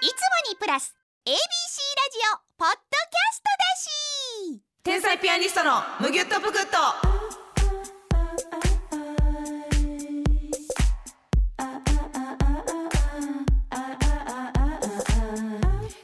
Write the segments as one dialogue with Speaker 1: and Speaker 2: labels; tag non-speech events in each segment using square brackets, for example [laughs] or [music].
Speaker 1: いつもにプラス ABC ラジオポッドキャストだし
Speaker 2: 天才ピアニストのむぎゅっとぷくっと。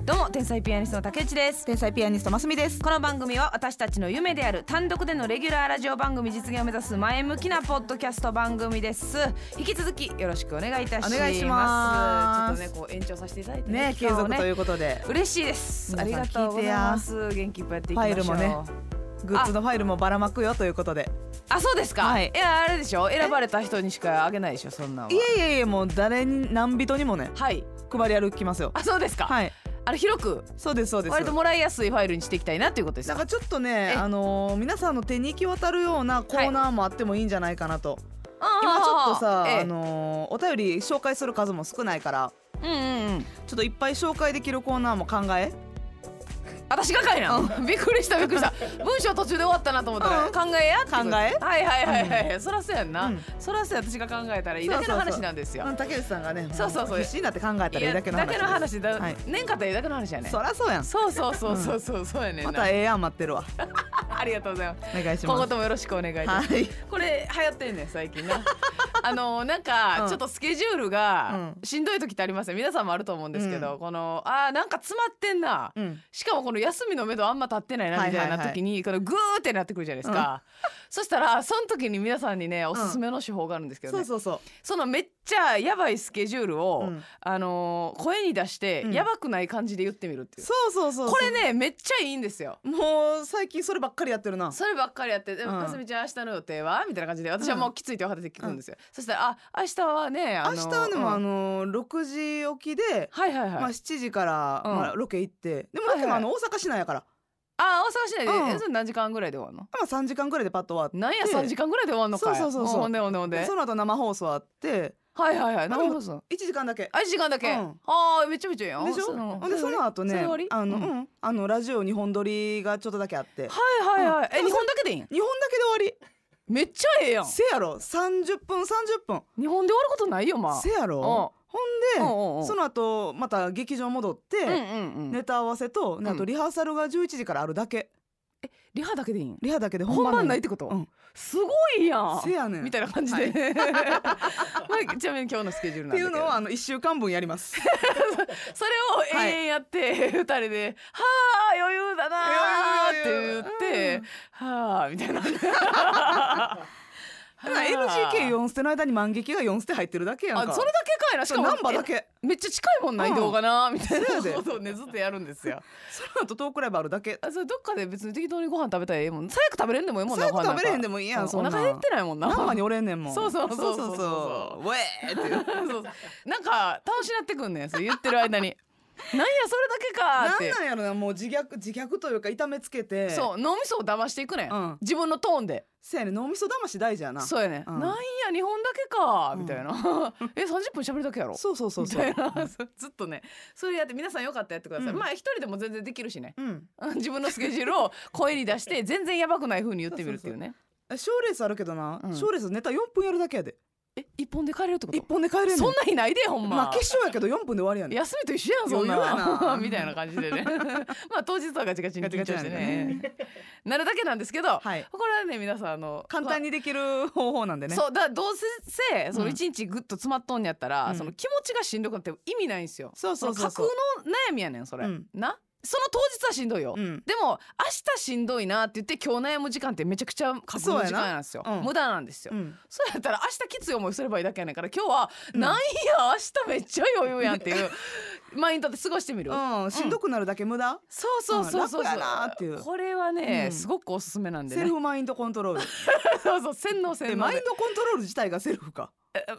Speaker 2: どうも天才ピアニストの竹内です。
Speaker 3: 天才ピアニストますみです
Speaker 2: この番組は私たちの夢である単独でのレギュラーラジオ番組実現を目指す前向きなポッドキャスト番組です引き続きよろしくお願いいたします
Speaker 3: お願いします
Speaker 2: ちょっとねこう延長させていただいて
Speaker 3: ね継
Speaker 2: 今日
Speaker 3: 続ということで、
Speaker 2: 嬉しいですあり
Speaker 3: 皆
Speaker 2: が
Speaker 3: さん
Speaker 2: とうご
Speaker 3: 聞
Speaker 2: ざ
Speaker 3: いて
Speaker 2: い
Speaker 3: や
Speaker 2: ます元気いっぱいやっていきましょう
Speaker 3: ファイルもねグッズのファイルもばらまくよということで
Speaker 2: あそうですか、
Speaker 3: はいい、
Speaker 2: やあれでしょ選ばれた人にしかあげないでしょそんなんはい
Speaker 3: えいえいえもう誰に何人にもね
Speaker 2: はい
Speaker 3: 配り歩きますよ
Speaker 2: あそうですか、
Speaker 3: はい
Speaker 2: あれ広く
Speaker 3: そうですそうです
Speaker 2: 割ともらいやすいファイルにしていきたいなということです
Speaker 3: なん
Speaker 2: か
Speaker 3: かちょっとね
Speaker 2: え
Speaker 3: あのー皆さんの手に行き渡るようなコーナーもあってもいいんじゃないかなと、今ちょっとさ、あのーお便り紹介する数も少ないから
Speaker 2: うんうんうん
Speaker 3: ちょっといっぱい紹介できるコーナーも考え
Speaker 2: 私がかいなびっくりしたびっくりした文章途中で終わったなと思ったら、
Speaker 3: うん
Speaker 2: 考えやってこと
Speaker 3: 考え
Speaker 2: はいはいはいはい、そらそうやんな、
Speaker 3: うん
Speaker 2: そらそうや私が考えたらいいだけの話なんですよ
Speaker 3: う竹内さんがね
Speaker 2: そうそうそう
Speaker 3: も必死になって考えたら
Speaker 2: い
Speaker 3: い
Speaker 2: や
Speaker 3: いだけの話
Speaker 2: だけの話だ、
Speaker 3: はい
Speaker 2: 年間ってだけの話やね
Speaker 3: そらそうやん
Speaker 2: そうそうそうそうそうそうやねんな、
Speaker 3: またええやん待ってるわ
Speaker 2: ありがとうございます
Speaker 3: お願いし
Speaker 2: 今
Speaker 3: ま
Speaker 2: 後
Speaker 3: す
Speaker 2: ともよろしくお願いいたします、
Speaker 3: はい
Speaker 2: これ流行ってんねん最近
Speaker 3: [laughs]
Speaker 2: なあのなんか
Speaker 3: うん
Speaker 2: ちょっとスケジュールが
Speaker 3: う
Speaker 2: しんどい時ってありますよ皆さんもあると思うんですけど、
Speaker 3: う
Speaker 2: このあーなんか詰まってんな、
Speaker 3: うん
Speaker 2: しかもこの休みの目処あんま立ってないな
Speaker 3: はい
Speaker 2: み
Speaker 3: はいは
Speaker 2: た
Speaker 3: い
Speaker 2: いな時に、このグーってなってくるじゃないですか、そしたらその時に皆さんにねおすすめの手法があるんですけど
Speaker 3: そ
Speaker 2: ね、
Speaker 3: うそうそう
Speaker 2: そのめっちゃやばいスケジュールを、
Speaker 3: うん
Speaker 2: あのー声に出して、
Speaker 3: うん
Speaker 2: やばくない感じで言ってみるっていう
Speaker 3: そうそうそうそう
Speaker 2: これねめっちゃいいんですよ。
Speaker 3: もう最近そればっかりやってるな
Speaker 2: そればっかりやって「で
Speaker 3: うん
Speaker 2: かすみちゃん明日の予定は?」みたいな感じで私はもうきついって分かってて聞くんですよ、そしたら「あ明日はねあ
Speaker 3: 明
Speaker 2: の
Speaker 3: 日はでも、あ
Speaker 2: うん
Speaker 3: の6時起きで、
Speaker 2: はいはいはい、
Speaker 3: まあ、7時から、
Speaker 2: うん
Speaker 3: まあ、ロケ行ってでも
Speaker 2: はいはい
Speaker 3: ロケもあの大阪市内やから、
Speaker 2: あ大阪市内で、
Speaker 3: うん
Speaker 2: えそれ何時間ぐらいで終わるの
Speaker 3: まあ、3時間ぐらいでパッと終わって
Speaker 2: なんや
Speaker 3: で
Speaker 2: 3時間ぐらいで終わるのかい
Speaker 3: そうそうそうそうん
Speaker 2: ほんでほんでほんで
Speaker 3: でその後生放送あって
Speaker 2: はいはいはい
Speaker 3: で
Speaker 2: な
Speaker 3: も
Speaker 2: るほど
Speaker 3: 1時間だけ
Speaker 2: あ時間だけ、
Speaker 3: う
Speaker 2: あ
Speaker 3: ん
Speaker 2: あーめちゃめちゃいいやん
Speaker 3: でし
Speaker 2: そう
Speaker 3: ょ
Speaker 2: ん
Speaker 3: でその後
Speaker 2: それ
Speaker 3: ね
Speaker 2: 終わり
Speaker 3: あの、
Speaker 2: うん
Speaker 3: うんあのラジオ2本撮りがちょっとだけあって2
Speaker 2: はいはいはい、え
Speaker 3: うん
Speaker 2: 日本だけでいいん
Speaker 3: 本だけで終わ
Speaker 2: めっちゃええやん
Speaker 3: りせやろ30分30分
Speaker 2: 日本で終わることないよまあ
Speaker 3: せやろほ
Speaker 2: うんんうんうん
Speaker 3: でその後また劇場戻って、
Speaker 2: うんうんうん、
Speaker 3: ネタ合わせと、ねあ
Speaker 2: う
Speaker 3: と
Speaker 2: ん
Speaker 3: リハーサルが11時からあるだけ
Speaker 2: リハだけでいいん
Speaker 3: リハだけで
Speaker 2: 本番ないっ
Speaker 3: って
Speaker 2: こと、
Speaker 3: うん
Speaker 2: すごいやん
Speaker 3: せやねん
Speaker 2: みたいな感じで、 [laughs] まあ、ちなみに今日のスケジュール
Speaker 3: っ
Speaker 2: な
Speaker 3: て
Speaker 2: ん
Speaker 3: い
Speaker 2: だけど
Speaker 3: うのをあの1週間分やります
Speaker 2: [laughs] それを永遠やって、二人で「はあ余裕だな」って言って「はあ」みた
Speaker 3: [laughs]
Speaker 2: いな。
Speaker 3: LGK4 捨ての間に万劇が4捨て入ってるだけやん
Speaker 2: あ
Speaker 3: か
Speaker 2: それだけかいなしかも
Speaker 3: ナンバーだけ
Speaker 2: めっちゃ近いもんな
Speaker 3: うん
Speaker 2: 移動がなみたい
Speaker 3: そうやで
Speaker 2: なことをねずっとやるんですよ。
Speaker 3: その後トークライブあるだけ
Speaker 2: [laughs] あそれどっかで別に適当にご飯食べたらええもん最悪食べれんでもええもんな
Speaker 3: 最悪
Speaker 2: ご飯なんか
Speaker 3: 食べれへんでもいいや
Speaker 2: そ
Speaker 3: ん
Speaker 2: う
Speaker 3: そんな
Speaker 2: お腹減ってないもんな。
Speaker 3: ナンバーにおれんねんもん
Speaker 2: そうそうそうそうそう
Speaker 3: そうそうウェーってい
Speaker 2: [laughs]
Speaker 3: う
Speaker 2: そうなんか楽しなってくんねんそう言ってる間に。なんやそれだけか
Speaker 3: [laughs] な
Speaker 2: っ
Speaker 3: ん
Speaker 2: て。
Speaker 3: なんやろなもう自虐自虐というか痛めつけて
Speaker 2: そう脳みそを騙していくねん、
Speaker 3: うん
Speaker 2: 自分のトーンで
Speaker 3: せやねん脳みそ騙し大事やな
Speaker 2: そうやね、
Speaker 3: うん
Speaker 2: なんや日本だけか
Speaker 3: うん
Speaker 2: みたいな、
Speaker 3: [laughs]
Speaker 2: え30分喋るだけやろ
Speaker 3: そうそうそう
Speaker 2: み
Speaker 3: そう
Speaker 2: たいなそう [laughs] ずっとねそれやって皆さんよかったらやってください、
Speaker 3: うん
Speaker 2: まあ一人でも全然できるしね [laughs]
Speaker 3: うん
Speaker 2: うん自分のスケジュールを声に出して全然やばくない風に言ってみるっていうね
Speaker 3: 賞レースあるけどな
Speaker 2: うん
Speaker 3: 賞レースネタ4分やるだけやで
Speaker 2: え一本で帰れるってこと
Speaker 3: 1本で帰れんねん
Speaker 2: そんな日ないでほんま、
Speaker 3: まあ決勝やけど4分で終わりやねん
Speaker 2: 休みと一緒やんそんな
Speaker 3: 余裕やな
Speaker 2: [laughs] みたいな感じ
Speaker 3: [laughs]
Speaker 2: でねまあ当日はガチガチに緊張して
Speaker 3: ガチガチなん
Speaker 2: ねなるだけなんですけど、
Speaker 3: はい
Speaker 2: これはね皆さんあの
Speaker 3: 簡単にできる方法なんでね
Speaker 2: そうだからどうせそうの
Speaker 3: ん
Speaker 2: 一日ぐっと詰まっとんやったら、
Speaker 3: うん
Speaker 2: その気持ちがしんどくなっても意味ないんですよ。
Speaker 3: そうそうそう
Speaker 2: そ
Speaker 3: そ
Speaker 2: の
Speaker 3: う
Speaker 2: 架空の悩みやねんそれ、
Speaker 3: うん
Speaker 2: なその当日はしんどいよ、
Speaker 3: うん
Speaker 2: でも明日しんどいなって言って今日悩む時間ってめちゃくちゃ架空の時間なんですよ、
Speaker 3: そうやなうん
Speaker 2: 無駄なんですよ、
Speaker 3: うん
Speaker 2: そうやったら明日きつい思いすればいいだけやねんから今日は、
Speaker 3: うん
Speaker 2: なんや明日めっちゃ余裕やんっていうマインドで過ごしてみる、
Speaker 3: うんしんどくなるだけ無駄
Speaker 2: そうそうそうそう
Speaker 3: うん楽やなっていう
Speaker 2: これはね、
Speaker 3: うん
Speaker 2: すごくおすすめなんで
Speaker 3: セ
Speaker 2: ね
Speaker 3: ルフマインドコントロール
Speaker 2: そうそう洗脳
Speaker 3: え
Speaker 2: 洗脳
Speaker 3: マイン
Speaker 2: [laughs] で
Speaker 3: ドコントロール自体がセルフか
Speaker 2: あで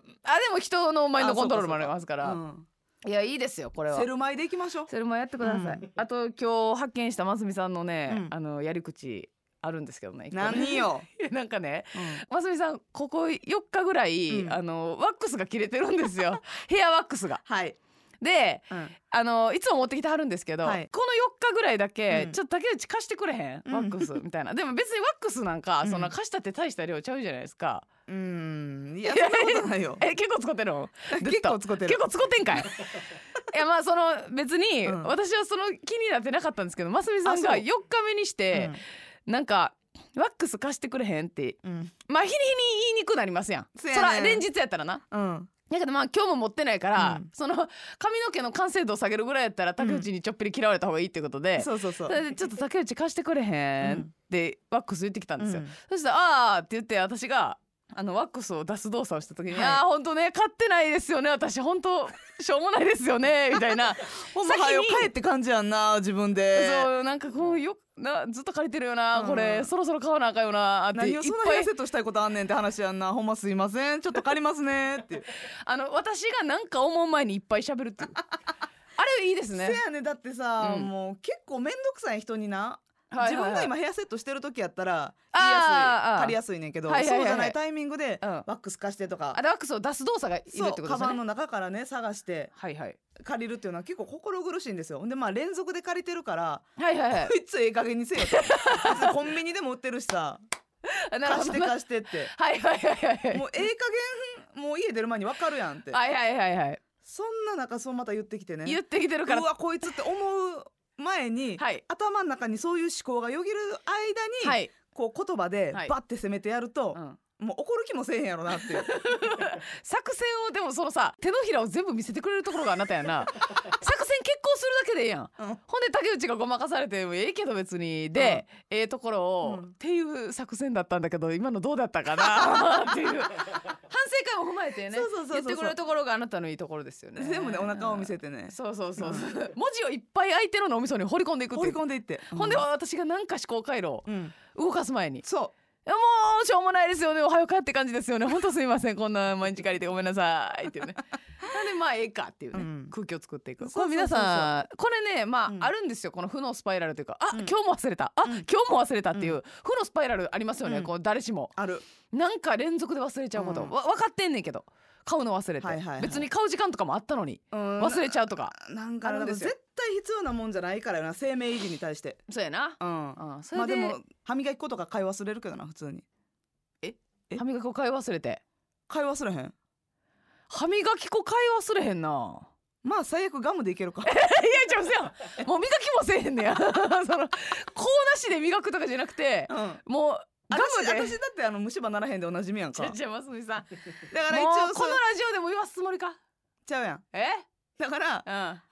Speaker 2: も人のマインドコントロールもありますか
Speaker 3: う
Speaker 2: ら
Speaker 3: ん
Speaker 2: いやいいですよこれは
Speaker 3: セルマイでいきましょう
Speaker 2: それもやってください、
Speaker 3: うん
Speaker 2: あと今日発見したますみさんのね、
Speaker 3: うん
Speaker 2: あのやり口あるんですけどね一個ね
Speaker 3: 何よ
Speaker 2: いや [laughs] なんかねますみさんここ4日ぐらい、
Speaker 3: うん
Speaker 2: あのワックスが切れてるんです
Speaker 3: [laughs]
Speaker 2: よヘアワックスが
Speaker 3: はい
Speaker 2: で
Speaker 3: うん
Speaker 2: あのいつも持ってきてはるんですけど、
Speaker 3: はい
Speaker 2: この4日ぐらいだけ、
Speaker 3: うん
Speaker 2: ちょっと竹内貸してくれへん、
Speaker 3: うん
Speaker 2: ワックスみたいなでも別にワックスなんか、
Speaker 3: うん
Speaker 2: その貸したって大した量ちゃうじゃないですか
Speaker 3: うんいやそんなことないよ
Speaker 2: [laughs] え結構使ってるのずっと
Speaker 3: 結構使ってる [laughs]
Speaker 2: 結構使ってんかいえやまあその別に
Speaker 3: うん
Speaker 2: 私はその気になってなかったんですけどますみさんが
Speaker 3: あそう
Speaker 2: 4日目にしてなんかワックス貸してくれへんって
Speaker 3: うん
Speaker 2: まあ日に日に言いにくくなりますやんそ
Speaker 3: そうやねん
Speaker 2: ら連日やったらな
Speaker 3: うん
Speaker 2: だけどまあ今日も持ってないから、
Speaker 3: うん
Speaker 2: その髪の毛の完成度を下げるぐらいやったら竹内にちょっぴり嫌われた方がいいってことで、
Speaker 3: そうそうそう
Speaker 2: それでちょっと竹内貸してくれへん
Speaker 3: う
Speaker 2: っ
Speaker 3: ん
Speaker 2: てワックス言ってきたんですよ、
Speaker 3: うん
Speaker 2: そしたら「あーって言って私があのワックスを出す動作をした時に「
Speaker 3: はい
Speaker 2: ああ本当ね買ってないですよね私本当しょうもないですよ
Speaker 3: [laughs]
Speaker 2: ね」みたいな
Speaker 3: ほんまはよ
Speaker 2: 先に
Speaker 3: 帰って感じやんな自分で
Speaker 2: そうなんかこうよなずっと借りてるよな、
Speaker 3: うん
Speaker 2: これそろそろ買わなあかんよなってい
Speaker 3: 何
Speaker 2: っ
Speaker 3: をその
Speaker 2: ぱ
Speaker 3: 辺
Speaker 2: い
Speaker 3: セットしたいことあんねんって話やんなほんますいませんちょっと借ります [laughs] ねって
Speaker 2: あの私がなんか思う前にいっぱい喋るっていう
Speaker 3: [laughs]
Speaker 2: あれいいですね
Speaker 3: せ。やねだってさ、
Speaker 2: うん
Speaker 3: もう結構面倒くさい人にな、
Speaker 2: はいはいはい
Speaker 3: 自分が今ヘアセットしてる時やったら言い
Speaker 2: あ
Speaker 3: や
Speaker 2: ー
Speaker 3: す
Speaker 2: あ
Speaker 3: い
Speaker 2: ー
Speaker 3: 借りやすいねんけど、
Speaker 2: はいはいはい
Speaker 3: そうじゃないタイミングで、
Speaker 2: うん
Speaker 3: ワックス貸してとか
Speaker 2: あダックスを出す動作がいるって
Speaker 3: そう
Speaker 2: ことで
Speaker 3: カ
Speaker 2: すよ
Speaker 3: バン
Speaker 2: ね。
Speaker 3: の中からね探して
Speaker 2: はいはい
Speaker 3: 借りるっていうのは結構心苦しいんですよほんでまあ連続で借りてる [laughs] から
Speaker 2: はいはいはい
Speaker 3: こいつええ加減にせえよと別にコンビニでも売ってるし [laughs] さ
Speaker 2: あ。なるほ
Speaker 3: 貸し
Speaker 2: ど
Speaker 3: て貸してって [laughs]
Speaker 2: はいはいはいはいはい
Speaker 3: もうええ加減もう家出る前に分かるやんって
Speaker 2: はいはいはいはい。
Speaker 3: そんな中そうまた言ってきてね
Speaker 2: 言ってきてるから。
Speaker 3: うわこいつって思う前に、
Speaker 2: はい
Speaker 3: 頭の中にそういう思考がよぎる間に、
Speaker 2: はい。
Speaker 3: こう言葉で
Speaker 2: はい
Speaker 3: バッて攻めてやると、
Speaker 2: うん
Speaker 3: もう怒る気もせえへんやろなって
Speaker 2: [laughs]
Speaker 3: いう
Speaker 2: 作戦をでもそのさ手のひらを全部見せてくれるところがあなたや [laughs] な作戦決行するだけでええやん、ほんで竹内がごまかされてもええけど別にで、ええところを、
Speaker 3: うん
Speaker 2: っていう作戦だったんだけど今のどうだったか [laughs] なっていう反省会も踏まえてね
Speaker 3: そうそうそうそう
Speaker 2: 言ってくれるところがあなたのいいところですよね
Speaker 3: 全部ねお腹を見せて
Speaker 2: う
Speaker 3: ね
Speaker 2: んそうそうそう、文字をいっぱい相手の脳みそに掘り込んでいくって
Speaker 3: 放
Speaker 2: い
Speaker 3: り
Speaker 2: う
Speaker 3: 込んでいって、
Speaker 2: [laughs] ほんで私がなんか思考回路を
Speaker 3: うん
Speaker 2: 動かす前に
Speaker 3: そ
Speaker 2: もうしょうもないですよねおはようかって感じですよね本当すいませんこんな毎日借りてごめんなさいっていうね [laughs] なんでまあええかっていうね、
Speaker 3: うん
Speaker 2: 空気を作っていく
Speaker 3: そうそうそうそう
Speaker 2: これ皆さんこれねまあ、
Speaker 3: うん
Speaker 2: あるんですよこの負のスパイラルというかあ、
Speaker 3: うん
Speaker 2: 今日も忘れたあ、
Speaker 3: うん
Speaker 2: 今日も忘れたっていう、負のスパイラルありますよね、
Speaker 3: うん
Speaker 2: こう誰しも
Speaker 3: うある
Speaker 2: なんか連続で忘れちゃうこと、
Speaker 3: うん
Speaker 2: わ分かってんねんけど買うの忘れて、
Speaker 3: はいはいはい
Speaker 2: 別に買う時間とかもあったのに
Speaker 3: うん
Speaker 2: 忘れちゃうとか
Speaker 3: ななんか
Speaker 2: ある
Speaker 3: なんん
Speaker 2: で
Speaker 3: か
Speaker 2: すよ
Speaker 3: 絶対必要なもんじゃないからよな生命維持に対して
Speaker 2: そうやな、
Speaker 3: うん
Speaker 2: うん、そ
Speaker 3: ま
Speaker 2: れ
Speaker 3: あで
Speaker 2: で,、
Speaker 3: も歯磨き粉とか買い忘れるけどな普通にえ
Speaker 2: 歯磨き粉買い忘れて
Speaker 3: 買い忘れへん
Speaker 2: 歯磨き粉買い忘れへんな
Speaker 3: まあ最悪ガムでいけ
Speaker 2: [laughs]
Speaker 3: るか
Speaker 2: いや違う違うもう磨きもせえへんねや [laughs] そのこうなしで磨くとかじゃなくて
Speaker 3: うんガム
Speaker 2: もうガムで
Speaker 3: 私私だってあの虫歯ならへんでおなじみやんか
Speaker 2: ちゃ
Speaker 3: だ
Speaker 2: ちゃますみさんもう
Speaker 3: から一応
Speaker 2: こ
Speaker 3: そ
Speaker 2: の
Speaker 3: う
Speaker 2: ラジオでも言わすつもりか
Speaker 3: ちゃうやん
Speaker 2: え
Speaker 3: だから [laughs]
Speaker 2: うんは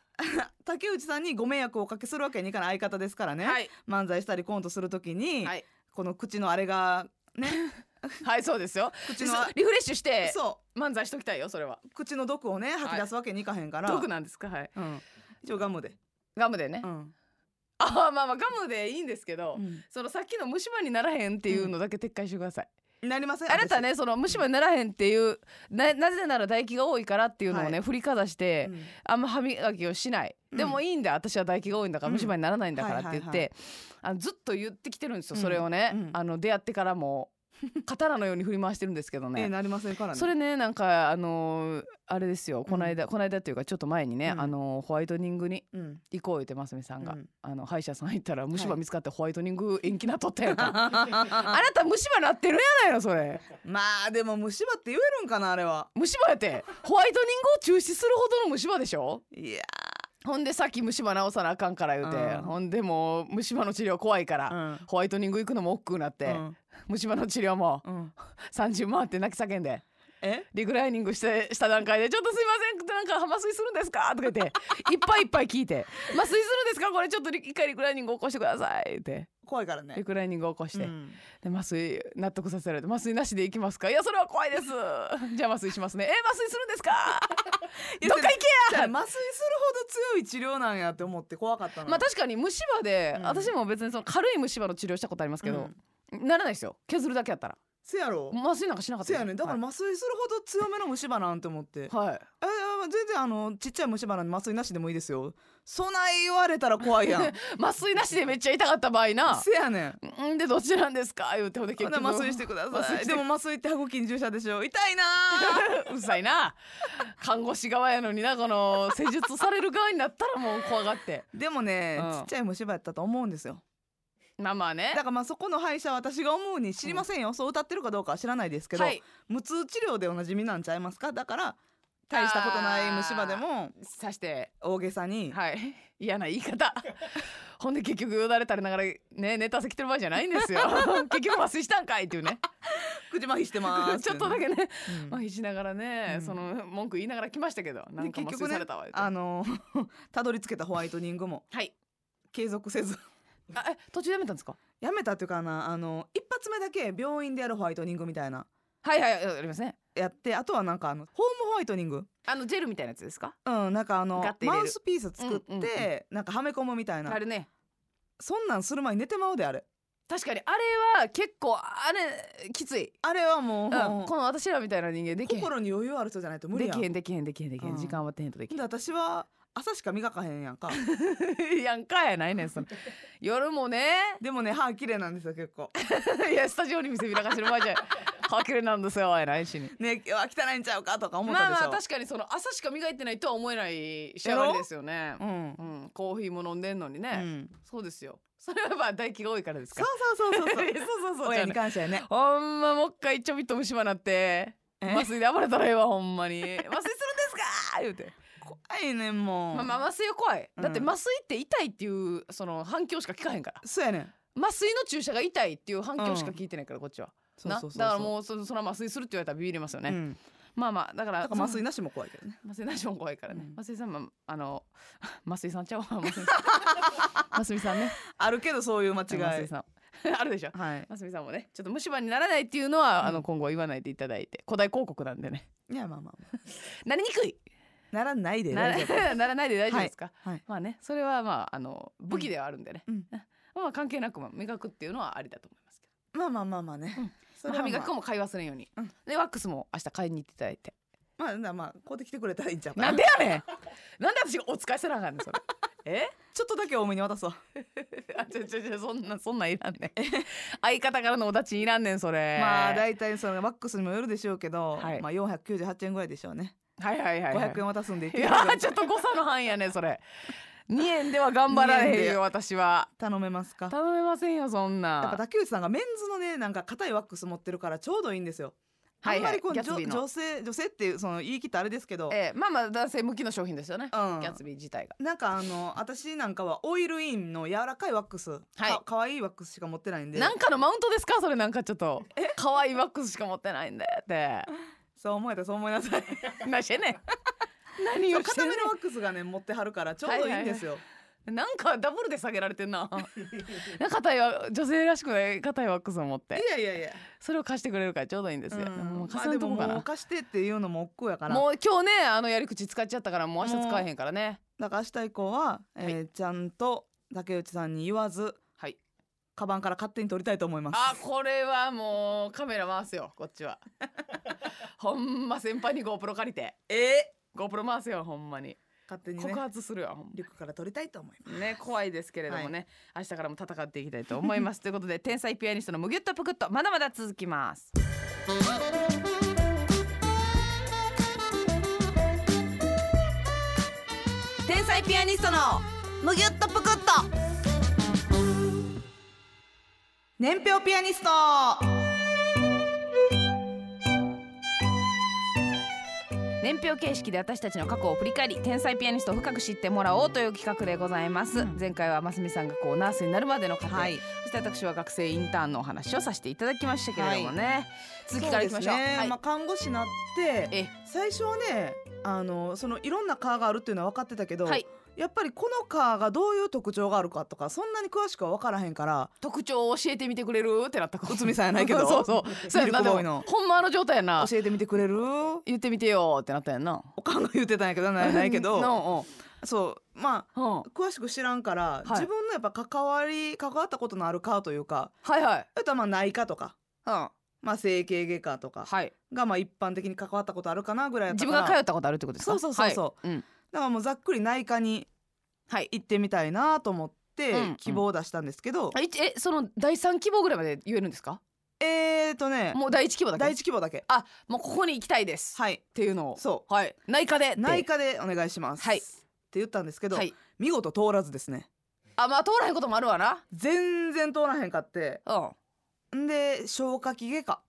Speaker 3: 竹内さんにご迷惑をおかけするわけにいかない相方ですからね、
Speaker 2: はい
Speaker 3: 漫才したりコントするときに、
Speaker 2: はい
Speaker 3: この口のあれがね
Speaker 2: はいそうですよ
Speaker 3: 口の
Speaker 2: リフレッシュして
Speaker 3: そ
Speaker 2: 漫才しときたいよそれは
Speaker 3: う口の毒をね吐き出すわけにいかへんから、
Speaker 2: 毒なんですかはい
Speaker 3: うん、一応ガムで、
Speaker 2: ガムでね、
Speaker 3: うん
Speaker 2: ああまあまあガムでいいんですけど、
Speaker 3: う
Speaker 2: そのさっきの虫歯にならへんっていうのだけ撤回してください、
Speaker 3: ん、なりません
Speaker 2: あなたねその虫歯にならへんっていうななぜなら唾液が多いからっていうのをね、
Speaker 3: は
Speaker 2: 振りかざして、
Speaker 3: 私うん
Speaker 2: あんま歯磨きをしない、
Speaker 3: うん
Speaker 2: でもいいんだ私は唾液が多いんだから
Speaker 3: うん
Speaker 2: 虫歯にならないんだからって言って、
Speaker 3: はいはいはい
Speaker 2: あのずっと言ってきてるんですよ、
Speaker 3: うん
Speaker 2: それをね、
Speaker 3: うん
Speaker 2: あの出会ってからも刀のように振り回してるんですけど
Speaker 3: [laughs] ええ
Speaker 2: ね。
Speaker 3: なりませんからね
Speaker 2: それねなんかあのーあれですよこの間、この間っていうかちょっと前にね、
Speaker 3: うん
Speaker 2: あのーホワイトニングに
Speaker 3: うん
Speaker 2: 行こう言ってますみさんが、
Speaker 3: うん
Speaker 2: あの歯医者さん行ったら虫歯
Speaker 3: はい
Speaker 2: 見つかってホワイトニング延期なっとったやんか [laughs]
Speaker 3: [laughs]
Speaker 2: あなた虫歯なってるやないのそれ
Speaker 3: まあでも虫歯って言えるんかなあれは
Speaker 2: 虫歯やってホワイトニングを中止するほどの虫歯でしょ
Speaker 3: いや
Speaker 2: ほんでさっき虫歯治さなあかんから言うて、
Speaker 3: うん
Speaker 2: ほんでもう虫歯の治療怖いから、
Speaker 3: うん
Speaker 2: ホワイトニング行くのも億劫になって、
Speaker 3: うん
Speaker 2: 虫歯の治療も
Speaker 3: うん
Speaker 2: 30万って泣き叫んで
Speaker 3: え
Speaker 2: リクライニングしてした段階で「ちょっとすいませんなんか麻酔するんですか?」とか
Speaker 3: [laughs]
Speaker 2: 言っていっぱいいっぱい聞いて「麻酔するんですかこれちょっとリ一回リクライニング起こしてください」って
Speaker 3: 怖いから
Speaker 2: リ
Speaker 3: ね
Speaker 2: クライニング起こして、
Speaker 3: うん
Speaker 2: で麻酔納得させられて「麻酔なしで行きますか?」「いやそれは怖いです」「じゃあ麻酔しますね」「え麻酔するんですか?」
Speaker 3: [laughs]
Speaker 2: 「どっか行け
Speaker 3: じゃあ
Speaker 2: や!」
Speaker 3: 麻酔するほど強い治療なんやって思って怖かったの
Speaker 2: まあ確かに虫歯で、
Speaker 3: うん
Speaker 2: 私も別にその軽い虫歯の治療したことありますけど、ならないですよ削るだけやったら
Speaker 3: せやろ
Speaker 2: 麻酔なんかしなかった
Speaker 3: せ
Speaker 2: です
Speaker 3: やねだから
Speaker 2: は
Speaker 3: 麻酔するほど強めの虫歯なんて思って、
Speaker 2: い、はい
Speaker 3: ああ全然あのちっちゃい虫歯なんで麻酔なしでもいいですよそない言われたら怖いやん
Speaker 2: [laughs] 麻酔なしでめっちゃ痛かった場合な
Speaker 3: せやねん
Speaker 2: んでどっちなんですか言うてほんで
Speaker 3: ほ
Speaker 2: 結
Speaker 3: んな
Speaker 2: 局
Speaker 3: ら麻酔してくだ
Speaker 2: 麻酔
Speaker 3: さ
Speaker 2: し
Speaker 3: い
Speaker 2: て
Speaker 3: でも麻酔って歯茎に注射でしょ痛いな
Speaker 2: [laughs] [laughs]
Speaker 3: ー
Speaker 2: うるさいな看護師側やのになこの施術される側になったらもう怖がって
Speaker 3: でもね、
Speaker 2: うん
Speaker 3: ちっちゃい虫歯やったと思うんですよ
Speaker 2: まあまあね
Speaker 3: だからまあそこの歯医者は私が思うに知りませんよ、そう歌ってるかどうかは知らないですけど、
Speaker 2: はい
Speaker 3: 無痛治療でおなじみなんちゃいますかだから大したことない虫歯でも
Speaker 2: さして
Speaker 3: 大げさに、
Speaker 2: はい嫌な言い方ほんで結局よだれ垂れながらねネタせきてる場合じゃないん
Speaker 3: [laughs]
Speaker 2: ですよ結局麻酔したんかいっていうね
Speaker 3: 口麻痺してます
Speaker 2: [laughs] ちょっとだけね
Speaker 3: うん
Speaker 2: 麻痺しながらね、
Speaker 3: うん
Speaker 2: その文句言いながら来ましたけどなんか麻
Speaker 3: 結
Speaker 2: 酔
Speaker 3: 局ね
Speaker 2: されたわ、
Speaker 3: あの [laughs] たどり着けたホワイトニングも
Speaker 2: はい
Speaker 3: 継続せず [laughs]
Speaker 2: あえ途中やめたんですか
Speaker 3: やめたっていうかなあの一発目だけ病院でやるホワイトニングみたいな
Speaker 2: はいはいありますね
Speaker 3: やってあとはなんかあのホームホワイトニング
Speaker 2: あのジェルみたいなやつですか
Speaker 3: うんなんかあの
Speaker 2: ガッて入れる
Speaker 3: マウスピース作って、
Speaker 2: うんうんう
Speaker 3: なんかはめ込むみたいな
Speaker 2: あれね
Speaker 3: そんなんする前に寝てまうであれ
Speaker 2: 確かにあれは結構あれきつい、
Speaker 3: あれはも
Speaker 2: う
Speaker 3: う、
Speaker 2: ん、この私らみたいな人間できへん
Speaker 3: 心に余裕ある人じゃないと無理
Speaker 2: で
Speaker 3: や
Speaker 2: き
Speaker 3: ん
Speaker 2: へんできへんできへんできへん、
Speaker 3: うん
Speaker 2: 時間はてへんとでき
Speaker 3: で私は朝しか磨かへんや
Speaker 2: [laughs]
Speaker 3: んか
Speaker 2: へん [laughs] やんかやないねんその夜もね [laughs]
Speaker 3: でもね歯綺麗なんですよ結構
Speaker 2: いやスタジオに見せびらかしてる場合じゃはけるなんですよやないしに
Speaker 3: ね今日は汚いんちゃうかとか思っ
Speaker 2: ま
Speaker 3: た
Speaker 2: あ
Speaker 3: でしょ
Speaker 2: まあ確かにその朝しか磨いてないとは思えない仕上がりですよね、
Speaker 3: うん、
Speaker 2: うん、コーヒーも飲んでんのにね、
Speaker 3: うん、
Speaker 2: そうですよそれはまあ唾液が多いからですか
Speaker 3: そうそうそうそう
Speaker 2: ら
Speaker 3: そ
Speaker 2: [laughs] そ
Speaker 3: う
Speaker 2: うそうそう
Speaker 3: 親に感謝やね
Speaker 2: ほんまもう一回ちょびっと虫歯なって
Speaker 3: え
Speaker 2: 麻酔で暴れたらええわほんま
Speaker 3: [laughs]
Speaker 2: に麻酔するんですか言うて、
Speaker 3: 怖いねんもう、
Speaker 2: まあ、まあ麻酔は怖いだって
Speaker 3: うん
Speaker 2: 麻酔って痛いっていうその反響しか聞かへんから
Speaker 3: そうやねん
Speaker 2: 麻酔の注射が痛いっていう反響しか聞いてないからこっちは、
Speaker 3: そう
Speaker 2: な
Speaker 3: そうそうそう
Speaker 2: だからもうそその麻酔するって言われたらビビりますよね、
Speaker 3: うん、
Speaker 2: まあまあだから
Speaker 3: だから麻酔
Speaker 2: そ
Speaker 3: なしも怖いけどね
Speaker 2: う麻酔なしも怖いからね、
Speaker 3: うん
Speaker 2: 麻酔さんもあの麻酔さんちゃうわ麻酔
Speaker 3: [laughs]
Speaker 2: さん麻酔さんね
Speaker 3: あるけどそういう間
Speaker 2: 麻
Speaker 3: 違
Speaker 2: 酔
Speaker 3: い
Speaker 2: さん [laughs] あるでしょ
Speaker 3: はい
Speaker 2: ますみさんもねちょっと虫歯にならないっていうのは、
Speaker 3: うん
Speaker 2: あの今後は言わないでいただいて古代広告なんでね
Speaker 3: いやまあまあ、ま
Speaker 2: なりにくい
Speaker 3: あ、ならない
Speaker 2: [laughs]
Speaker 3: で
Speaker 2: な
Speaker 3: 大丈夫
Speaker 2: ら [laughs] ならないで大丈夫ですか、
Speaker 3: はい
Speaker 2: まあねそれはまああの武器ではあるんでね、
Speaker 3: うん
Speaker 2: まあ関係なくまあ磨くっていうのはありだと思いますけ
Speaker 3: まあまあまあまあね、
Speaker 2: うん
Speaker 3: そ
Speaker 2: ど、
Speaker 3: れは
Speaker 2: 歯磨
Speaker 3: ま
Speaker 2: き粉も買い忘れんように、
Speaker 3: うん
Speaker 2: でワックスも明日買いに行っていただいて
Speaker 3: あまあまあまあこうで来てくれたらいいんちゃうか
Speaker 2: なんでやねんなんで私がお使いせなあかんねんそれ [laughs] え
Speaker 3: ちょっとだけ多めに渡そう
Speaker 2: あちょちょちょそんなそんなんいらんねん相方からのお立ちいらんねんそれ
Speaker 3: まあ大体そのワックスにもよるでしょうけど、
Speaker 2: はい
Speaker 3: まあ498円ぐらいでしょうね、
Speaker 2: はいはいはい、はい
Speaker 3: 500円渡すんで言っ
Speaker 2: い
Speaker 3: て
Speaker 2: や
Speaker 3: ください
Speaker 2: ーちょっと誤差の範囲やねそれ2円では頑張られへんよ私は
Speaker 3: 頼めますか
Speaker 2: 頼めませんよそんな
Speaker 3: やっぱ竹内さんがメンズのねなんか硬いワックス持ってるからちょうどいいんですよ、
Speaker 2: はいはい
Speaker 3: あんまりこう
Speaker 2: ギャツビー
Speaker 3: 女
Speaker 2: の
Speaker 3: 女性女性っていうその言い切ったあれですけど、
Speaker 2: ええまあまあ男性向きの商品ですよね、
Speaker 3: うん
Speaker 2: ギャツビー自体が
Speaker 3: なんかあの私なんかはオイルインの柔らかいワックス、かかわいいワックスしか持ってないんで
Speaker 2: なんかのマウントですかそれなんかちょっと可愛いワックスしか持ってないんだよって
Speaker 3: そう思えたらそう思
Speaker 2: [laughs]
Speaker 3: いなさい
Speaker 2: 何してんねん何
Speaker 3: そう
Speaker 2: をして
Speaker 3: 固
Speaker 2: んね
Speaker 3: めのワックスがね持ってはるからちょうどいいんですよ、
Speaker 2: んなんかダブルで下げられてんななんか硬いわ女性らしくない硬いワックスを持って
Speaker 3: いやいやいや
Speaker 2: それを貸してくれるからちょうどいいんですよ、
Speaker 3: うん
Speaker 2: もう
Speaker 3: ま
Speaker 2: 貸
Speaker 3: あ
Speaker 2: さ
Speaker 3: で
Speaker 2: んと
Speaker 3: も
Speaker 2: こかな、
Speaker 3: もう貸してっていうのも億劫やから
Speaker 2: もう今日ねあのやり口使っちゃったからもう明日使えへんからね
Speaker 3: だから明日以降は、えーちゃんと竹内さんに言わず
Speaker 2: はい
Speaker 3: カバンから勝手に取りたいと思います
Speaker 2: あこれはもうカメラ回すよこっちはほんま先輩に GoPro 借りて
Speaker 3: え
Speaker 2: GoPro 回すよほんまに
Speaker 3: 勝手にね
Speaker 2: 告発するよほん
Speaker 3: リュックから取りたいと思いま
Speaker 2: まね怖いですけれどもね、明日からも戦っていきたいと思いますということで天才ピアニストのむぎゅっとぷくっとまだまだ続きます天才ピアニストの
Speaker 3: すむぎゅっとぷくっと年表ピアニスト
Speaker 2: 年表形式で私たちの過去を振り返り天才ピアニストを深く知ってもらおうという企画でございます、
Speaker 3: うん
Speaker 2: 前回はますみさんがこうナースになるまでの過程、
Speaker 3: はい
Speaker 2: そして私は学生インターンのお話をさせていただきましたけれどもね、続きからいきましょう
Speaker 3: そですね
Speaker 2: はい
Speaker 3: まあ、看護師になって
Speaker 2: え
Speaker 3: 最初はねあのそのいろんな科があるっていうのは分かってたけど、
Speaker 2: はい
Speaker 3: やっぱりこの科がどういう特徴があるかとかそんなに詳しくは分からへんから
Speaker 2: 特徴を教えてみてくれるってなったか
Speaker 3: 内海さんやないけど [laughs]
Speaker 2: そうそうそうやんな
Speaker 3: ミルクボーイ
Speaker 2: でも
Speaker 3: の
Speaker 2: ほんまあの状態やな
Speaker 3: 教えてみてくれる
Speaker 2: 言ってみてよってなったやんな
Speaker 3: おかんが言ってたんやけ
Speaker 2: [laughs]
Speaker 3: どなないけど
Speaker 2: の
Speaker 3: そうま
Speaker 2: うんうん
Speaker 3: あ詳しく知らんか
Speaker 2: は
Speaker 3: ら、
Speaker 2: い
Speaker 3: 自分のやっぱ関わり関わったことのある科というか
Speaker 2: はいはい
Speaker 3: あとはまあ内科とか、
Speaker 2: うん
Speaker 3: まあ、整形外科とか
Speaker 2: はい
Speaker 3: がまあ一般的に関わったことあるかなぐらいやった
Speaker 2: 自分
Speaker 3: から
Speaker 2: が通ったことあるってことですか
Speaker 3: そうそうそうそう
Speaker 2: はいうん
Speaker 3: だからもうざっくり内科に
Speaker 2: はい
Speaker 3: 行ってみたいなと思って
Speaker 2: うん
Speaker 3: 希望を出したんですけど、
Speaker 2: あいちえその第三希望ぐらいまで言えるんですか
Speaker 3: えーとね
Speaker 2: もう第一希望だけ
Speaker 3: 第一希望だけ
Speaker 2: あもうここに行きたいです、
Speaker 3: はい
Speaker 2: っていうのを
Speaker 3: そ
Speaker 2: はい内科で
Speaker 3: う内科でお願いします、
Speaker 2: はい
Speaker 3: って言ったんですけ
Speaker 2: で
Speaker 3: ど、
Speaker 2: はい
Speaker 3: 見事通らずですね
Speaker 2: あまあ通らへんこともあるわな
Speaker 3: 全然通らへんかって
Speaker 2: うん
Speaker 3: んで消化器外科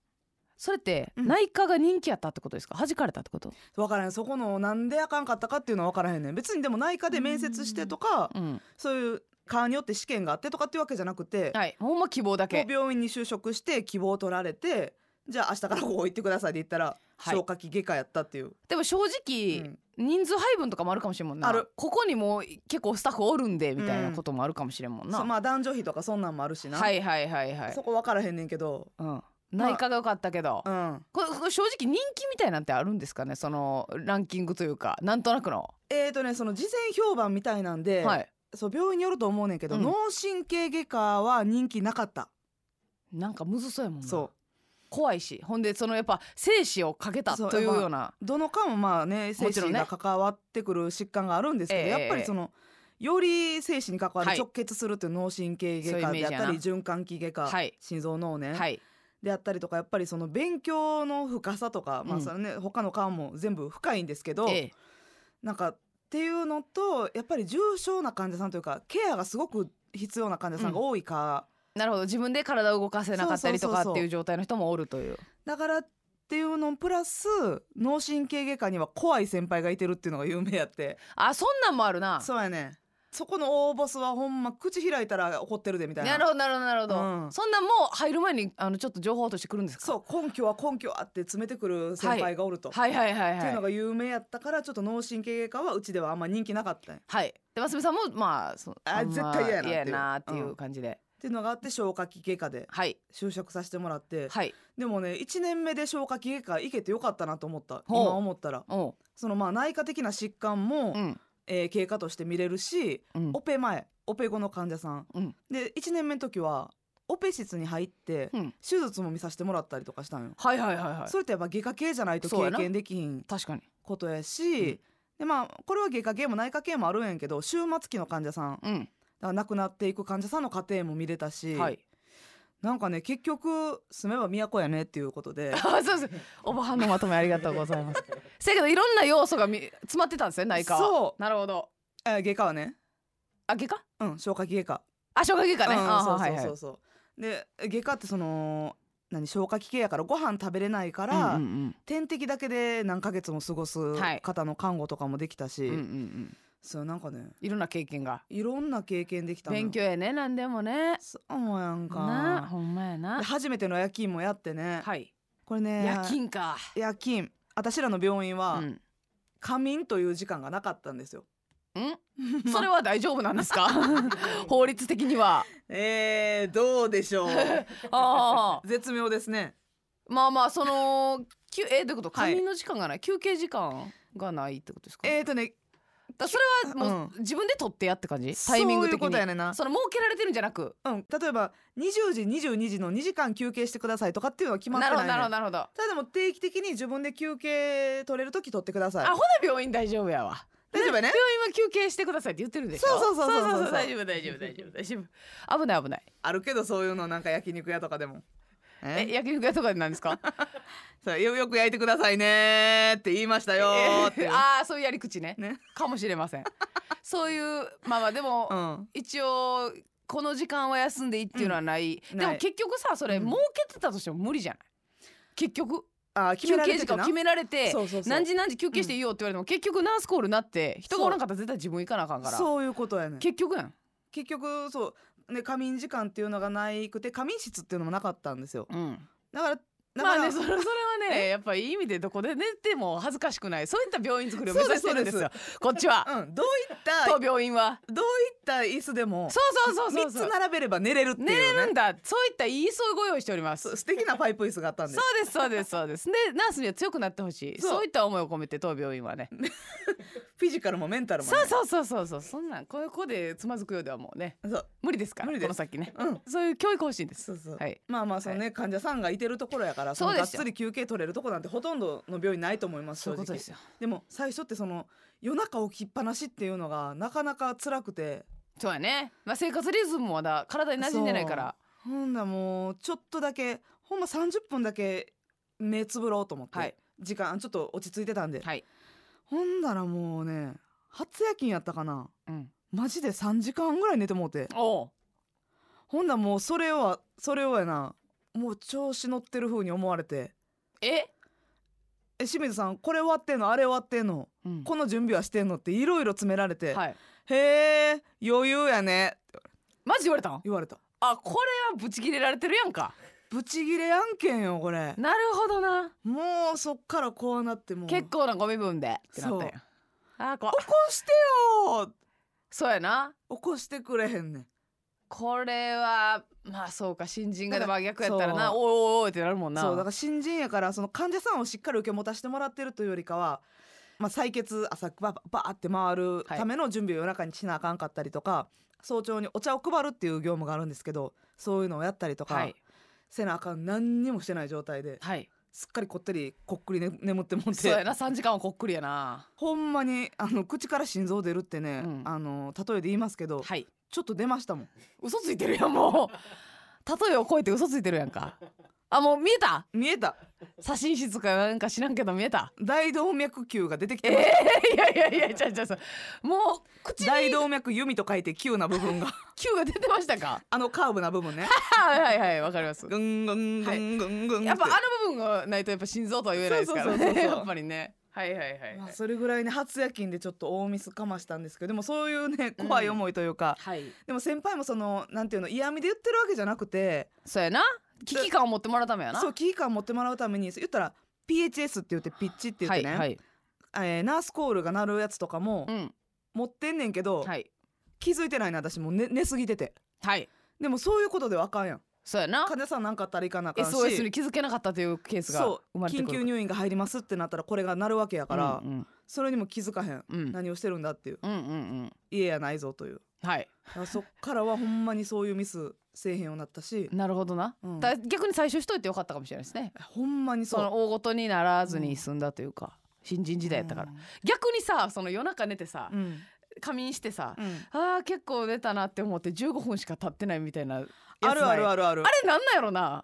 Speaker 2: それって
Speaker 3: うん
Speaker 2: 内科が人気やったってことですか弾かれたってこと、
Speaker 3: 分からへんそこのなんであかんかったかっていうのは分からへんねん別にでも内科で面接してとか
Speaker 2: うん、
Speaker 3: そういう科によって試験があってとかっていうわけじゃなくて、
Speaker 2: はいほんま希望だ
Speaker 3: も
Speaker 2: け
Speaker 3: う病院に就職して希望を取られてじゃあ明日からここ行ってくださいで言ったら、
Speaker 2: はい
Speaker 3: 消化器外科やったっていう、
Speaker 2: でも正直、
Speaker 3: うん
Speaker 2: 人数配分とかもあるかもしれんもんな
Speaker 3: ある
Speaker 2: ここにもう結構スタッフおるんでみたいなこともあるかもしれんもんな、
Speaker 3: そまあ男女比とかそんなんもあるしな、
Speaker 2: はいはいはいはい
Speaker 3: そこ分からへんねんけど
Speaker 2: うん、内科が良かったけど、
Speaker 3: うん
Speaker 2: これこれ正直人気みたいなんてあるんですかねそのランキングというかなんとなくの、
Speaker 3: えーとねその事前評判みたいなんで、
Speaker 2: はい
Speaker 3: そう病院によると思うねんけど、
Speaker 2: うん
Speaker 3: 脳神経外科は人気なかった、
Speaker 2: なんかむずそうやもんな
Speaker 3: そ
Speaker 2: 怖いしほんでそのやっぱ生死をかけた
Speaker 3: そう
Speaker 2: というような
Speaker 3: うどの科もまあね精
Speaker 2: もちろん
Speaker 3: 神
Speaker 2: ね
Speaker 3: が関わってくる疾患があるんですけど、
Speaker 2: ええ
Speaker 3: やっぱりそのより精神に関わる
Speaker 2: はい
Speaker 3: 直結するっていう脳神経外
Speaker 2: そう
Speaker 3: 科
Speaker 2: いうイ
Speaker 3: で
Speaker 2: メージや
Speaker 3: あった
Speaker 2: な
Speaker 3: り循環器外科、
Speaker 2: はい
Speaker 3: 心臓脳年、
Speaker 2: はい
Speaker 3: であったりとかやっぱりその勉強の深さとか、ま
Speaker 2: う
Speaker 3: あ
Speaker 2: ん
Speaker 3: それね他の科も全部深いんですけど、
Speaker 2: ええ
Speaker 3: なんかっていうのとやっぱり重症な患者さんというかケアがすごく必要な患者さんが多いか、
Speaker 2: なるほど自分で体を動かせなかったりとか
Speaker 3: そうそうそうそう
Speaker 2: っていう状態の人もおるという
Speaker 3: だからっていうのプラス脳神経外科には怖い先輩がいてるっていうのが有名やって
Speaker 2: あそんなんもあるな
Speaker 3: そうやねそこの大ボスはほんま口開いたら怒ってるでみたいな
Speaker 2: なるほどなるほどなるほど、
Speaker 3: うん
Speaker 2: そんなんもう入る前にあのちょっと情報としてくるんですか
Speaker 3: そう根拠は根拠あって詰めてくる先輩がおると、
Speaker 2: はいはいはい
Speaker 3: っていうの
Speaker 2: はい
Speaker 3: が有名やったからちょっと脳神経外科はうちではあんま人気なかったんやっ
Speaker 2: はいで真澄さんもまあそ
Speaker 3: あ
Speaker 2: んま
Speaker 3: 絶対嫌やなっていう
Speaker 2: 嫌やなっていううん感じで、
Speaker 3: ていうのがあって消化器外科で
Speaker 2: はい
Speaker 3: 就職させてもらって、
Speaker 2: はい
Speaker 3: でもね1年目で消化器外科行けてよかったなと思った
Speaker 2: ほう
Speaker 3: 今思ったら
Speaker 2: おう
Speaker 3: そのまあ内科的な疾患も、
Speaker 2: うん
Speaker 3: えー経過として見れるし
Speaker 2: うん
Speaker 3: オペ前オペ後の患者さん、
Speaker 2: うん
Speaker 3: で1年目の時はオペ室に入って、
Speaker 2: うん
Speaker 3: 手術も見させてもらったりとかしたんよ、
Speaker 2: はいはいはいはい
Speaker 3: それってやっぱ外科系じゃないと
Speaker 2: そうや
Speaker 3: 経
Speaker 2: な
Speaker 3: 験できひん
Speaker 2: 確かに
Speaker 3: ことや
Speaker 2: う
Speaker 3: し、
Speaker 2: ん
Speaker 3: でまあこれは外科系も内科系もあるんやけど終末期の患者さんだか
Speaker 2: うん
Speaker 3: ら亡くなっていく患者さんの過程も見れたし、
Speaker 2: はい。 [laughs]
Speaker 3: なんかね結局住めば都やねっていうこ
Speaker 2: [laughs]
Speaker 3: とで
Speaker 2: あ、そうです。おばはんのまとめありがとうございます。 [laughs] せやけど、いろんな要素がみ詰まってたんですね、内科は。。
Speaker 3: そう
Speaker 2: なるほど。
Speaker 3: えー外科はね
Speaker 2: あ、外科。
Speaker 3: うん消化器外科
Speaker 2: あ、消化器科ね。あ、
Speaker 3: うん、
Speaker 2: はい
Speaker 3: そうそう
Speaker 2: はい
Speaker 3: そ。うそう、で外科ってその何消化器系やからご飯食べれないか
Speaker 2: う
Speaker 3: ら、
Speaker 2: んうん
Speaker 3: 点滴だけで何ヶ月も過ごす
Speaker 2: はい
Speaker 3: 方の看護とかもできた
Speaker 2: う
Speaker 3: し、
Speaker 2: んうんうんうん。
Speaker 3: そうなんかね
Speaker 2: いろんな経験が。
Speaker 3: いろんな経験できたのよ
Speaker 2: 勉強やね、なんでもね。
Speaker 3: そうやん
Speaker 2: なあ、
Speaker 3: か
Speaker 2: ほんまや
Speaker 3: で
Speaker 2: な。
Speaker 3: 初めての夜勤もやってね、
Speaker 2: はい。
Speaker 3: これね
Speaker 2: 夜勤か。
Speaker 3: 夜勤私らの病院
Speaker 2: う
Speaker 3: は、
Speaker 2: ん。
Speaker 3: 仮眠という時間がなかったんですよ
Speaker 2: ん [laughs] それは大丈夫なんです [laughs] か法律的には。
Speaker 3: えー、どうでしょう
Speaker 2: [laughs] ああ。
Speaker 3: 絶妙ですね
Speaker 2: まあまあ、その、きゅえ、どういうこと
Speaker 3: はい
Speaker 2: 仮眠の時間がない、休憩時間がないってことですか
Speaker 3: えーとね
Speaker 2: だそれはもう、自分で取ってやって感じタイミング的に
Speaker 3: そういうことやねんな
Speaker 2: その儲けられてるんじゃなく
Speaker 3: うん、例えば20時22時の2時間休憩してくださいとかっていうのは決まって
Speaker 2: な
Speaker 3: ない
Speaker 2: るほ
Speaker 3: ね
Speaker 2: ど
Speaker 3: ん
Speaker 2: なるほどなるほど、
Speaker 3: ただでも定期的に自分で休憩取れる時取ってください
Speaker 2: あほな病院大丈夫やわ
Speaker 3: 大丈夫やね
Speaker 2: 病院は休憩してくださいって言ってるでしょ
Speaker 3: そうそうそうそうそう
Speaker 2: 大丈夫大丈夫大丈夫大丈夫危ない危ない
Speaker 3: あるけどそういうのなんか焼肉屋とかでもえ
Speaker 2: え焼肉屋とかでなんですか
Speaker 3: そうよよく焼いてくださいねーって言いましたよーって
Speaker 2: え [laughs] ああそういうやり口ね
Speaker 3: ね
Speaker 2: かもしれま
Speaker 3: [laughs]
Speaker 2: せんそういうまあまあでも、
Speaker 3: うん
Speaker 2: 一応この時間は休んでいいっていうのはない、
Speaker 3: うん
Speaker 2: でも
Speaker 3: ない
Speaker 2: 結局さそれ
Speaker 3: うん
Speaker 2: 儲けてたとしても無理じゃない結局
Speaker 3: あ決
Speaker 2: 休
Speaker 3: められ
Speaker 2: 憩時
Speaker 3: て
Speaker 2: 間
Speaker 3: て
Speaker 2: を
Speaker 3: な
Speaker 2: 決められて
Speaker 3: そうそうそう
Speaker 2: 何時何時休憩していいよって言われても、結局ナースコールなって人がおらんかったら絶対自分行かなあかんから
Speaker 3: そういうことやねん
Speaker 2: 結局やん、
Speaker 3: 結局そうね仮眠時間っていうのがないくて仮眠室っていうのもなかったんですよだから
Speaker 2: ま
Speaker 3: だか
Speaker 2: あ
Speaker 3: ら、
Speaker 2: ねそれそれはねやっぱいい意味でどこで寝ても恥ずかしくないそういった病院作りを目指してるんです
Speaker 3: そ
Speaker 2: よ
Speaker 3: う
Speaker 2: こっちは、
Speaker 3: うんどういった
Speaker 2: 当病院は
Speaker 3: どういった椅子でも
Speaker 2: そうそうそうそうそう
Speaker 3: 3つ並べれば寝れるっていう
Speaker 2: 寝
Speaker 3: ね
Speaker 2: れるんだそういったいいそうご用意しております
Speaker 3: そ
Speaker 2: そう
Speaker 3: 素敵なパイプ椅子があったんです
Speaker 2: うですそうですそうですでナースには強くなってほしいそ
Speaker 3: そうう
Speaker 2: いった思いを込めて当病院はね
Speaker 3: フィジカルもメンタルも、ね、
Speaker 2: そうそうそうそうそうそんなんこういう子でつまずくようではもうね
Speaker 3: うそう
Speaker 2: 無理ですから
Speaker 3: 無理で
Speaker 2: こ
Speaker 3: す
Speaker 2: の先ね、
Speaker 3: うん
Speaker 2: そういう教育方針です
Speaker 3: そうそう、
Speaker 2: はい
Speaker 3: まあまあそのね、患者さんがいてるところやからその
Speaker 2: そう
Speaker 3: が
Speaker 2: で
Speaker 3: っ
Speaker 2: すよ
Speaker 3: つり休憩取れるとこなんてほとんどの病院ないと思います
Speaker 2: そう
Speaker 3: 正
Speaker 2: いう
Speaker 3: 直
Speaker 2: ことですよ
Speaker 3: でも最初ってその夜中起きっぱなしっていうのがなかなか辛くて
Speaker 2: そうやね、まあ、生活リズムもまだ体に馴染んでないから
Speaker 3: ほんだもうちょっとだけほんま30分だけ目つぶろうと思って、
Speaker 2: はい
Speaker 3: 時間ちょっと落ち着いてたんで、
Speaker 2: はい、
Speaker 3: ほんだらもうね初夜勤やったかな
Speaker 2: うん、
Speaker 3: マジで3時間ぐらい寝てもうて
Speaker 2: おう
Speaker 3: ほんだらもうそれはそれをやなもう調子乗ってる風に思われて
Speaker 2: え、
Speaker 3: え清水さんこれ割ってんのあれ割ってんの
Speaker 2: うん
Speaker 3: この準備はしてんのっていろいろ詰められて、
Speaker 2: はい
Speaker 3: へえ余裕やねって
Speaker 2: マジ言われたん
Speaker 3: 言われた
Speaker 2: あこれはブチ切れられてるやんか
Speaker 3: ブチギレ案件よこれ
Speaker 2: なるほどな
Speaker 3: もうそっからこうなってもう
Speaker 2: 結構なゴミ分でってなったんやあこ
Speaker 3: 起こしてよ
Speaker 2: そうやな
Speaker 3: 起こしてくれへんねん
Speaker 2: これはまあそうか新人がで
Speaker 3: だか
Speaker 2: 真逆やったらな
Speaker 3: そ
Speaker 2: おいおいおいってなるもんな
Speaker 3: そうだから新人やからその患者さんをしっかり受け持たせてもらってるというよりかは、まあ、採血朝バババーって回るための準備を夜中にしなあかんかったりとか、早朝にお茶を配るっていう業務があるんですけどそういうのをやったりとか、
Speaker 2: はい
Speaker 3: せなあかん何にもしてない状態で
Speaker 2: はい
Speaker 3: すっかりこってりこっくり、ね、眠ってもん
Speaker 2: そうや
Speaker 3: て
Speaker 2: な3時間はこっくりやな
Speaker 3: ほんまにあの口から心臓出るってね、
Speaker 2: うん
Speaker 3: あの例えで言いますけど、
Speaker 2: はい
Speaker 3: ちょっと出ましたもん
Speaker 2: 嘘ついてるやんもう例えを超えて嘘ついてるやんかあもう見えた
Speaker 3: 見えた
Speaker 2: 写真室かなんか知らんけど見え
Speaker 3: [laughs]
Speaker 2: た
Speaker 3: 大動脈球が出てきて
Speaker 2: え
Speaker 3: ました、
Speaker 2: いやいやいや [laughs] ちゃうちゃうちゃうもう口に
Speaker 3: 大動脈弓と書いて球な部分が [laughs]
Speaker 2: 球が出てましたか
Speaker 3: あのカーブな部分ね
Speaker 2: はいはいはいわかります
Speaker 3: ぐんぐんぐんぐんぐんって
Speaker 2: やっぱあの部分がないとやっぱ心臓とは言えないですから
Speaker 3: そうそうそ
Speaker 2: ね
Speaker 3: うそう
Speaker 2: やっぱりねはいはいはい
Speaker 3: ま
Speaker 2: は
Speaker 3: あ
Speaker 2: い
Speaker 3: それぐらいね初夜勤でちょっと大ミスかましたんですけどでもそういうね怖い思いというか、
Speaker 2: はい
Speaker 3: でも先輩もそのなんていうの嫌味で言ってるわけじゃなくて
Speaker 2: そうやな危機感を持ってもらうためやな
Speaker 3: そう危機感持ってもらうために言ったら PHS って言ってピッチって言ってね、
Speaker 2: はいはい
Speaker 3: えーナースコールが鳴るやつとかも
Speaker 2: うん
Speaker 3: 持ってんねんけど、
Speaker 2: はい
Speaker 3: 気づいてないな私もう寝寝すぎてて
Speaker 2: はい
Speaker 3: でもそういうことではあかんやん
Speaker 2: そうやな
Speaker 3: 患者さんなんかあったらいかなあかんし
Speaker 2: SOS に気づけなかったというケースが
Speaker 3: そ
Speaker 2: 生
Speaker 3: う
Speaker 2: まれて
Speaker 3: 緊
Speaker 2: くる
Speaker 3: 急入院が入りますってなったらこれが鳴るわけやから、
Speaker 2: うん
Speaker 3: それにも気づかへん、
Speaker 2: うんうん
Speaker 3: 何をしてるんだっていう
Speaker 2: うんうん
Speaker 3: 家やないぞという
Speaker 2: うんはい
Speaker 3: だからそっからはほんまにそういうミスせえへんようになったし、
Speaker 2: なるほどな、
Speaker 3: うん
Speaker 2: だ逆に最初しといてよかったかもしれないですね
Speaker 3: ほんまにそ
Speaker 2: そうの大ごとにならずに済んだというか、新人時代やったから、逆にさその夜中寝てさ、
Speaker 3: うん、うん
Speaker 2: 仮眠してさ、
Speaker 3: うん
Speaker 2: あー結構寝たなって思って15分しか経ってないみたいなやつない
Speaker 3: あるある
Speaker 2: あ
Speaker 3: あるある
Speaker 2: れなんなんやろな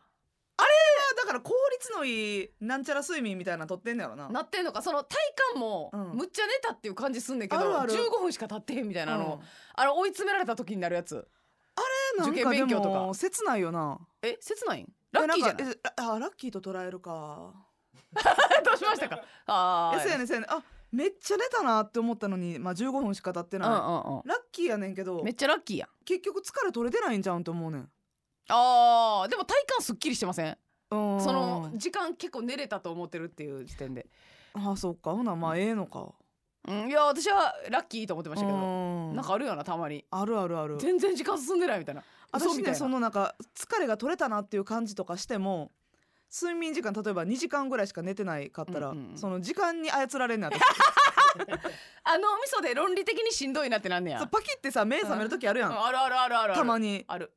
Speaker 3: だから効率のいいなんちゃら睡眠みたいなのとってんねやろな
Speaker 2: なってんのかその体感も、
Speaker 3: うん
Speaker 2: むっちゃ寝たっていう感じすんねんけど
Speaker 3: あるある
Speaker 2: 15分しか経ってへんみたいなあの、あれ追い詰められた時になるやつ
Speaker 3: うん
Speaker 2: 受験勉強とか
Speaker 3: なんでも切ないよな
Speaker 2: え切ないんラッキーじゃない
Speaker 3: えんかえラあラッキーと捉えるか
Speaker 2: [laughs] どうしましたかあ [laughs]
Speaker 3: え
Speaker 2: ー
Speaker 3: そうやねんそうやねんあめっちゃ寝たなって思ったのにまあ15分しか経って
Speaker 2: う
Speaker 3: ない、
Speaker 2: んうん
Speaker 3: ラッキーやねんけ
Speaker 2: う
Speaker 3: ど
Speaker 2: んめっちゃラッキーやん
Speaker 3: 結局疲れ取れてないんじゃうんと思うねん
Speaker 2: あーでも体感すっきりしてません
Speaker 3: うん
Speaker 2: その時間結構寝れたと思ってるっていう時点で、
Speaker 3: あそうかほなまあええのか
Speaker 2: うん、いや私はラッキーと思ってましたけど
Speaker 3: な
Speaker 2: なんかあるよなたまに
Speaker 3: あるあるある
Speaker 2: 全然時間進んでないみたいな嘘みた
Speaker 3: 私
Speaker 2: い
Speaker 3: ね
Speaker 2: な
Speaker 3: そのなんか疲れが取れたなっていう感じとかしても睡眠時間例えば2時間ぐらいしか寝てないかったら、
Speaker 2: うんうんうん
Speaker 3: その時間に操られ
Speaker 2: [laughs]
Speaker 3: んねん私
Speaker 2: あの味噌で論理的にしんどいなってなんねや
Speaker 3: そうパキってさ目覚める時あるやん、
Speaker 2: うんあるあるあるある
Speaker 3: [laughs] たま
Speaker 2: に
Speaker 3: に
Speaker 2: ある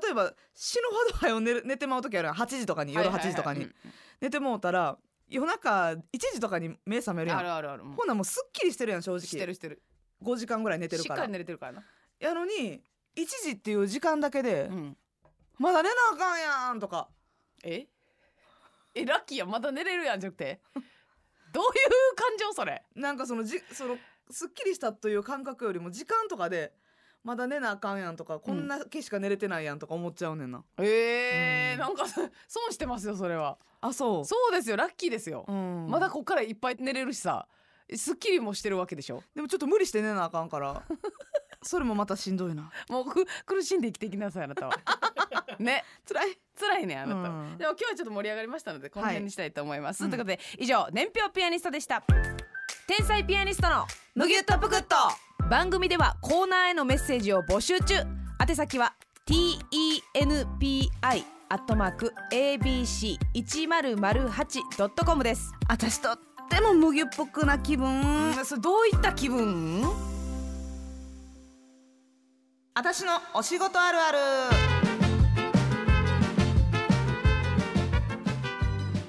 Speaker 3: 例えば死ぬほど早う寝る寝てまう時あるやん8時とかに夜
Speaker 2: はいは
Speaker 3: 8
Speaker 2: いはい
Speaker 3: 時とかに、
Speaker 2: うん
Speaker 3: 寝てもうたら夜中1時とかに目覚めるや
Speaker 2: あ
Speaker 3: ん
Speaker 2: るあるあるうん
Speaker 3: ほなもうすっきりしてるやん正
Speaker 2: して
Speaker 3: 直
Speaker 2: るしてる
Speaker 3: 5時間ぐらい寝てる
Speaker 2: しっ
Speaker 3: か
Speaker 2: からり寝れてるからな、
Speaker 3: やのに1時っていう時間だけで、
Speaker 2: うん、
Speaker 3: まだ寝なあかんやんとか
Speaker 2: ええラッキーやんまだ寝れるやんじゃなく [laughs] てどういう感情それ
Speaker 3: なんかそのじそのすっきりしたという感覚よりも時間とかでまだ寝なあかんやんとかこんな景しか寝れてないやんとか思っちゃうねんな、
Speaker 2: え
Speaker 3: う
Speaker 2: ー、
Speaker 3: ん
Speaker 2: なんか [laughs] そ損してますよそれは
Speaker 3: あそう
Speaker 2: そうですよラッキーですよ、
Speaker 3: うん、
Speaker 2: まだこっからいっぱい寝れるしさすっきりもしてるわけでしょ
Speaker 3: でもちょっと無理して寝なあかんから
Speaker 2: [laughs]
Speaker 3: それもまたしんどいな
Speaker 2: もうく苦しんで生きていきなさいあなた [laughs] はね
Speaker 3: 辛い
Speaker 2: 辛いねあなたは、
Speaker 3: うん
Speaker 2: でも今日はちょっと盛り上がりましたのでこの辺にしたいと思います、
Speaker 3: はい
Speaker 2: ということで以上年表ピアニストでした天才ピアニストの
Speaker 3: むぎゅっとぷくっと
Speaker 2: 番組ではコーナーへのメッセージを募集中宛先は tenpi アットマーク abc1008.com です
Speaker 3: 私とっても麦っぽくな気分
Speaker 2: うんそれどういった気分
Speaker 3: 私のお仕事あるある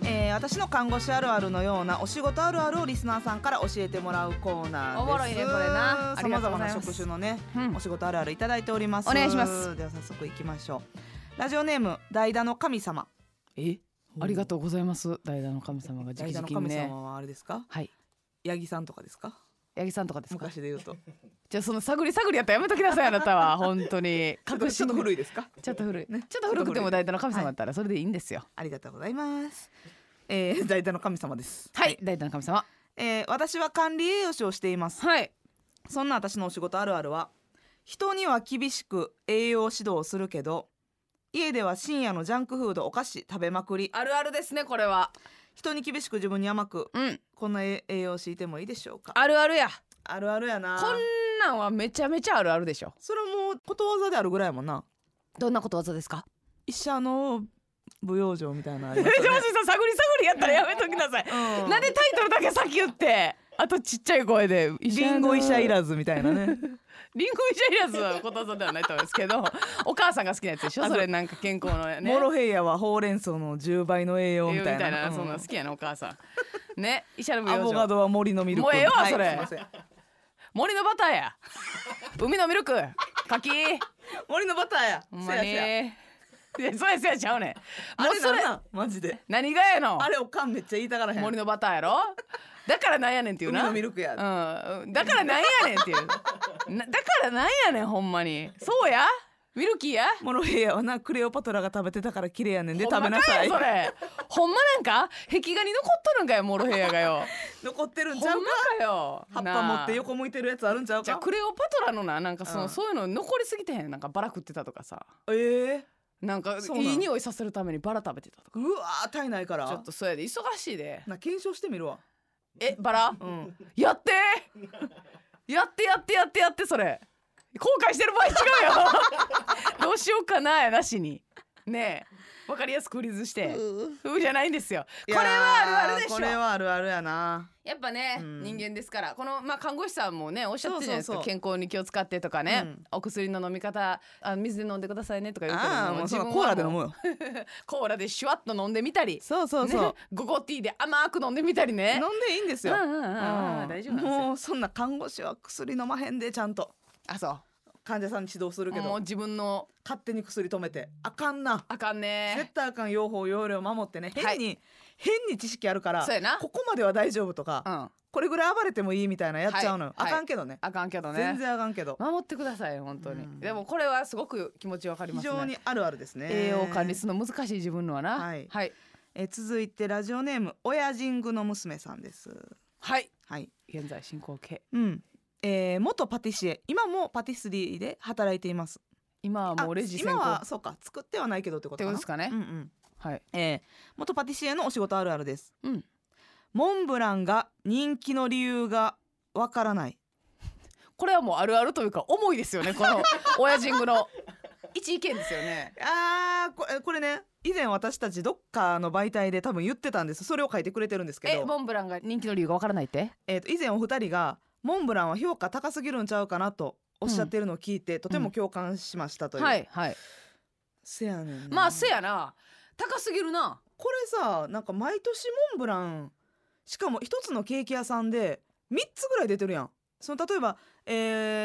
Speaker 3: えー私の看護師あるあるのようなお仕事あるあるをリスナーさんから教えてもらうコーナーです
Speaker 2: おもろいねこれなあ
Speaker 3: さ
Speaker 2: りがと
Speaker 3: まざ
Speaker 2: うご
Speaker 3: ま
Speaker 2: ざい
Speaker 3: な
Speaker 2: ます
Speaker 3: 職種のね
Speaker 2: うん
Speaker 3: お仕事あるあるいただいております
Speaker 2: お願いします
Speaker 3: では早速いきましょうラジオネーム代打の神様
Speaker 2: えありがとうございます代打の神様が直
Speaker 3: 代打
Speaker 2: 々
Speaker 3: の
Speaker 2: に
Speaker 3: 神
Speaker 2: ね
Speaker 3: 様はあれですか
Speaker 2: はい
Speaker 3: 八木さんとかですか
Speaker 2: 八木さんとかですか
Speaker 3: 昔で言うと
Speaker 2: じゃあその探り探りやったらやめときなさいあなたは本当に確
Speaker 3: ちょ
Speaker 2: 信
Speaker 3: っと古
Speaker 2: い
Speaker 3: いですか
Speaker 2: ちょっと古い、
Speaker 3: ね
Speaker 2: ちょっと古くても
Speaker 3: ちょっと古い
Speaker 2: 大体の神様だったらそれでいいんですよ、
Speaker 3: ありがとうございます。えー、代打の神様です
Speaker 2: はい大胆な神様
Speaker 3: えー私は管理栄養士をしています
Speaker 2: はい
Speaker 3: そんな私のお仕事あるあるは人には厳しく栄養指導をするけど家では深夜のジャンクフードお菓子食べまくり
Speaker 2: あるあるですねこれは
Speaker 3: 人に厳しく自分に甘く
Speaker 2: うん
Speaker 3: こんな栄養を敷いてもいいでしょうか
Speaker 2: あるあるや
Speaker 3: あるあるやな
Speaker 2: こんなんはめちゃめちゃあるあるでしょ
Speaker 3: それはもうことわざであるぐらいやもんな
Speaker 2: どんなことわざです [laughs] か
Speaker 3: 医者
Speaker 2: [laughs]
Speaker 3: の舞踊場みたいなのあり
Speaker 2: ジョ
Speaker 3: ま
Speaker 2: ー
Speaker 3: す
Speaker 2: ジさん探り探りやったらやめときなさい
Speaker 3: うん
Speaker 2: なんでタイトルだけ先言ってあとちっちゃい声で
Speaker 3: リンゴ医者いらずみたいなね
Speaker 2: リンゴ医者いらずはことわざではないと思いますけ [laughs] どお母さんが好きなやつでしょそれなんか健康の [laughs] ね
Speaker 3: モロヘイヤはほうれん草の10倍の栄養みたいなうん
Speaker 2: そんなん好きやなお母さんね医者の
Speaker 3: ア
Speaker 2: 病
Speaker 3: ボカ
Speaker 2: 状
Speaker 3: ドは森のミルク
Speaker 2: もうええわ
Speaker 3: はい
Speaker 2: それ
Speaker 3: すいません
Speaker 2: 森のバター [laughs] や海のミルク柿
Speaker 3: 森のバターや
Speaker 2: ほんまに
Speaker 3: せやせや
Speaker 2: いやそうやそうやちゃうねん
Speaker 3: あ
Speaker 2: もう
Speaker 3: れ
Speaker 2: そ
Speaker 3: なん
Speaker 2: れ
Speaker 3: なんマジで
Speaker 2: 何がやの
Speaker 3: あれおかんめっちゃ言いたがらへん
Speaker 2: 森のバターやろだからなんやねんっていう
Speaker 3: 海
Speaker 2: な
Speaker 3: のミルクや
Speaker 2: うん、だからなんやねんって
Speaker 3: [laughs]
Speaker 2: いうなだからなんやねんほんまにそうやミルキーや
Speaker 3: モロヘイヤはなクレオパトラが食べてたから綺麗やねんで
Speaker 2: ほん
Speaker 3: 食
Speaker 2: まか
Speaker 3: べなさい
Speaker 2: よそれほんまなんか壁画に残っとるんかよモロヘイヤがよ
Speaker 3: 残ってるん
Speaker 2: ほん
Speaker 3: [laughs] ちゃう
Speaker 2: まかよ
Speaker 3: 葉っ
Speaker 2: な
Speaker 3: ぱ持
Speaker 2: あ
Speaker 3: って横向いてるやつあるんちゃう
Speaker 2: じゃあ
Speaker 3: か
Speaker 2: クレオパトラのななんかその、
Speaker 3: うん
Speaker 2: そういうの残りすぎてへんなんかバラ食ってたとかさ
Speaker 3: えー、
Speaker 2: なんか
Speaker 3: そうなん
Speaker 2: いい匂いさせるためにバラ食べてたとか
Speaker 3: うわー体内から
Speaker 2: ちょっとそうやで忙しいで
Speaker 3: な検証してみるわ
Speaker 2: えバラ
Speaker 3: うん
Speaker 2: やってやってやってやってやってそれ後悔してる場合違 [laughs] うよどうしようかなやなしにねえわかりやすくフリーズしてうじゃないんですよこれはあるあるでしょ
Speaker 3: これはあるあるやな
Speaker 2: やっぱね、
Speaker 3: うん
Speaker 2: 人間ですからこの、まあ、看護師さんもねおっしゃってるじゃないですか
Speaker 3: そうそうそう
Speaker 2: 健康に気を使ってとかね、
Speaker 3: うん
Speaker 2: お薬の飲み方あ水で飲んでくださいねとか言うけど
Speaker 3: ああもうその
Speaker 2: 自分は
Speaker 3: コーラで飲む
Speaker 2: [laughs]
Speaker 3: よ
Speaker 2: コーラでシュワッと飲んでみたり
Speaker 3: そうそうそう、
Speaker 2: ね、ゴゴティーで甘く飲んでみたりね
Speaker 3: 飲んでいいんですよ、
Speaker 2: うんうんうんうん大丈夫なんです
Speaker 3: も
Speaker 2: よ
Speaker 3: うそんな看護師は薬飲まへんでちゃんと
Speaker 2: あそ
Speaker 3: 患者さんに指導する
Speaker 2: う
Speaker 3: け
Speaker 2: も
Speaker 3: ど
Speaker 2: う自分の
Speaker 3: 勝手に薬止めてあかんな
Speaker 2: あかん
Speaker 3: 絶
Speaker 2: ね
Speaker 3: 対あかん用法用量守ってね変に、
Speaker 2: はい
Speaker 3: 変に知識あるから
Speaker 2: そうやな
Speaker 3: ここまでは大丈夫とか、
Speaker 2: うん
Speaker 3: これぐらい暴れてもいいみたいなやっちゃうのよ、
Speaker 2: はい
Speaker 3: あかんけどね,、
Speaker 2: あかんけどね
Speaker 3: 全然あかんけど
Speaker 2: 守ってください本当に、
Speaker 3: うん
Speaker 2: でもこれはすごく気持ちわかり
Speaker 3: 非
Speaker 2: ますね
Speaker 3: 常にあるあるですね
Speaker 2: 栄養管理するの難しい自分のはな
Speaker 3: はい
Speaker 2: はい、
Speaker 3: えー続いてラジオネーム親神宮の娘さんです
Speaker 2: はい
Speaker 3: はい
Speaker 2: 現在進行形
Speaker 3: うん、えー元パティシエ今もパティスリーで働いています
Speaker 2: 今はもう
Speaker 3: あ
Speaker 2: レジ先行
Speaker 3: 今はそうか作ってはないけどってことかな
Speaker 2: ってことですかね
Speaker 3: うんうん
Speaker 2: はい
Speaker 3: えー元パティシエのお仕事あるあるです、
Speaker 2: うん
Speaker 3: モンブランが人気の理由がわからない
Speaker 2: これはもうあるあるというか重いですよねこ
Speaker 3: [laughs]
Speaker 2: の親神宮の一意見ですよね
Speaker 3: あーこれこれね以前私たちどっかの媒体で多分言ってたんですそれを書いてくれてるんですけ
Speaker 2: え
Speaker 3: ど
Speaker 2: モンブランが人気の理由がわからないって
Speaker 3: え、ーと以前お二人がモンブランは評価高すぎるんちゃうかなとおっしゃってるのを聞いて、とても共感しましたという、
Speaker 2: はいはい
Speaker 3: せやねんな
Speaker 2: まあせやな高すぎるな
Speaker 3: これさなんか毎年モンブランしかも一つのケーキ屋さんで3つぐらい出てるやんその例えば、え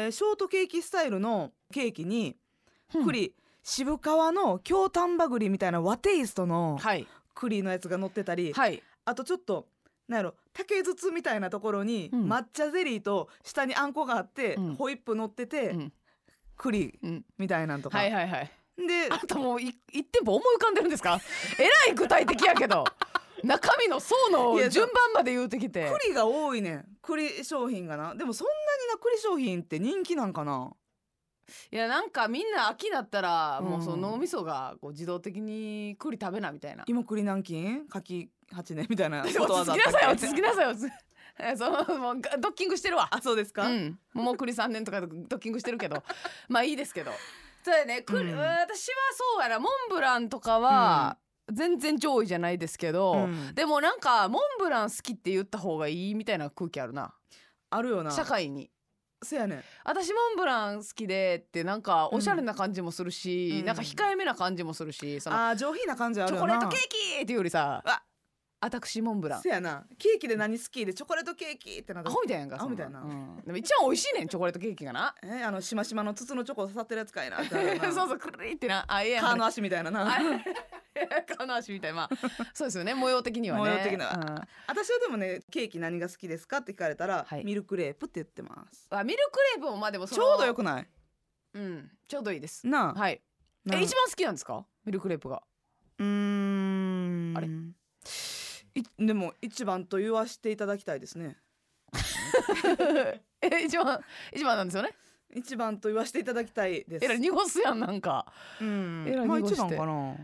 Speaker 3: ーショートケーキスタイルのケーキに栗、渋皮の京丹波栗みたいな和テイストの
Speaker 2: はい
Speaker 3: 栗のやつが乗ってたり、
Speaker 2: はい
Speaker 3: あとちょっとなんやろ竹筒みたいなところに
Speaker 2: うん
Speaker 3: 抹茶ゼリーと下にあんこがあって、
Speaker 2: うん
Speaker 3: ホイップ乗ってて、
Speaker 2: うん
Speaker 3: 栗
Speaker 2: うん
Speaker 3: みたいなんとか。
Speaker 2: はいはいはい
Speaker 3: で
Speaker 2: あんたもうい一店舗思い浮かんでるんですかえらい具体的やけど中身の層
Speaker 3: い
Speaker 2: の
Speaker 3: や
Speaker 2: 順番まで言うてきて
Speaker 3: 栗が多いねん栗商品がなでもそんなにな栗商品って人気なんかない
Speaker 2: やなんかみんな秋になったらもうそ
Speaker 3: うん
Speaker 2: の脳みそがこう自動的に栗食べなみたいな
Speaker 3: 今栗軟禁柿八年みたいな
Speaker 2: [laughs] 落
Speaker 3: ことわざ
Speaker 2: ち着
Speaker 3: あっ
Speaker 2: きなさい
Speaker 3: たっ
Speaker 2: 落
Speaker 3: け
Speaker 2: ち着きなさい落ち着き [laughs] えそのもうがドッキングしてるわ
Speaker 3: あそうですか、
Speaker 2: うん桃栗3年とかでドッキングしてるけ [laughs] どまあいいですけどそうやね栗、
Speaker 3: うん
Speaker 2: 私はそうやなモンブランとかは全然上位じゃないですけど、
Speaker 3: うん
Speaker 2: でもなんかモンブラン好きって言った方がいいみたいな空気あるな
Speaker 3: あるよな
Speaker 2: 社会に
Speaker 3: せやねん
Speaker 2: 私モンブラン好きでってなんかおしゃれな感じもするし、
Speaker 3: うん
Speaker 2: なんか控えめな感じもするしその
Speaker 3: あー上品な感じあ
Speaker 2: チ
Speaker 3: る
Speaker 2: ョコ
Speaker 3: よ
Speaker 2: レ
Speaker 3: な
Speaker 2: ートケーキっていうよりさ
Speaker 3: わ
Speaker 2: 私モンブラン
Speaker 3: せやなケーキで何好きでチョコレートケーキってなった
Speaker 2: アホみたいやんか
Speaker 3: アホみたいな
Speaker 2: そんんでも一番美味しいねんチョコレートケーキがな
Speaker 3: えあのしましまの筒のチョコ刺さってるやつかいなってなるよ
Speaker 2: [laughs] そ
Speaker 3: な
Speaker 2: うそうくるりってなあええやん
Speaker 3: 蚊の足みたいなな
Speaker 2: あ [laughs] え蚊の足みたいなまあそうですよね模様的にはね
Speaker 3: 模様的な
Speaker 2: うん
Speaker 3: 私はでもねケーキ何が好きですかって聞かれたら、
Speaker 2: はい
Speaker 3: ミルクレープって言ってます
Speaker 2: あミルクレープもまあでもそ
Speaker 3: ち
Speaker 2: の
Speaker 3: ょうどよくない
Speaker 2: うんちょうどいいです
Speaker 3: なあ、
Speaker 2: はい
Speaker 3: な
Speaker 2: え
Speaker 3: あ
Speaker 2: 一番好きなんですかミルクレープが
Speaker 3: うーん
Speaker 2: あれ
Speaker 3: いいでも一番と言わせていただきたいですね
Speaker 2: え [laughs] 一番一番なんですよね
Speaker 3: 一番と言わせていただきたいです
Speaker 2: えらい濁すやんなんか
Speaker 3: うん
Speaker 2: えらい
Speaker 3: まあ
Speaker 2: 濁して
Speaker 3: 一番かな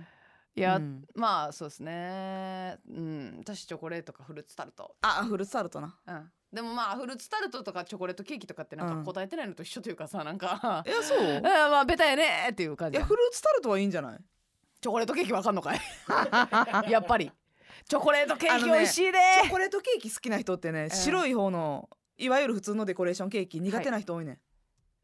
Speaker 3: い
Speaker 2: や、
Speaker 3: うん
Speaker 2: まあそうですねうん私チョコレートかフルーツタルト
Speaker 3: あフルーツタルトな
Speaker 2: うんでもまあフルーツタルトとかチョコレートケーキとかってなん
Speaker 3: うん
Speaker 2: か答えてないのと一緒というかさなんか
Speaker 3: い
Speaker 2: [laughs]
Speaker 3: や [laughs] そう
Speaker 2: うんまあベタやねーっていう感
Speaker 3: い
Speaker 2: じ
Speaker 3: や
Speaker 2: やん
Speaker 3: フルーツタルトはいいんじゃない
Speaker 2: チョコレートケーキわかんの
Speaker 3: [laughs]
Speaker 2: かいやっぱりチョコレートケーキ美味しいで、
Speaker 3: チョコレートケーキ好きな人ってね、
Speaker 2: うん
Speaker 3: 白い方のいわゆる普通のデコレーションケーキ苦手な人多いね、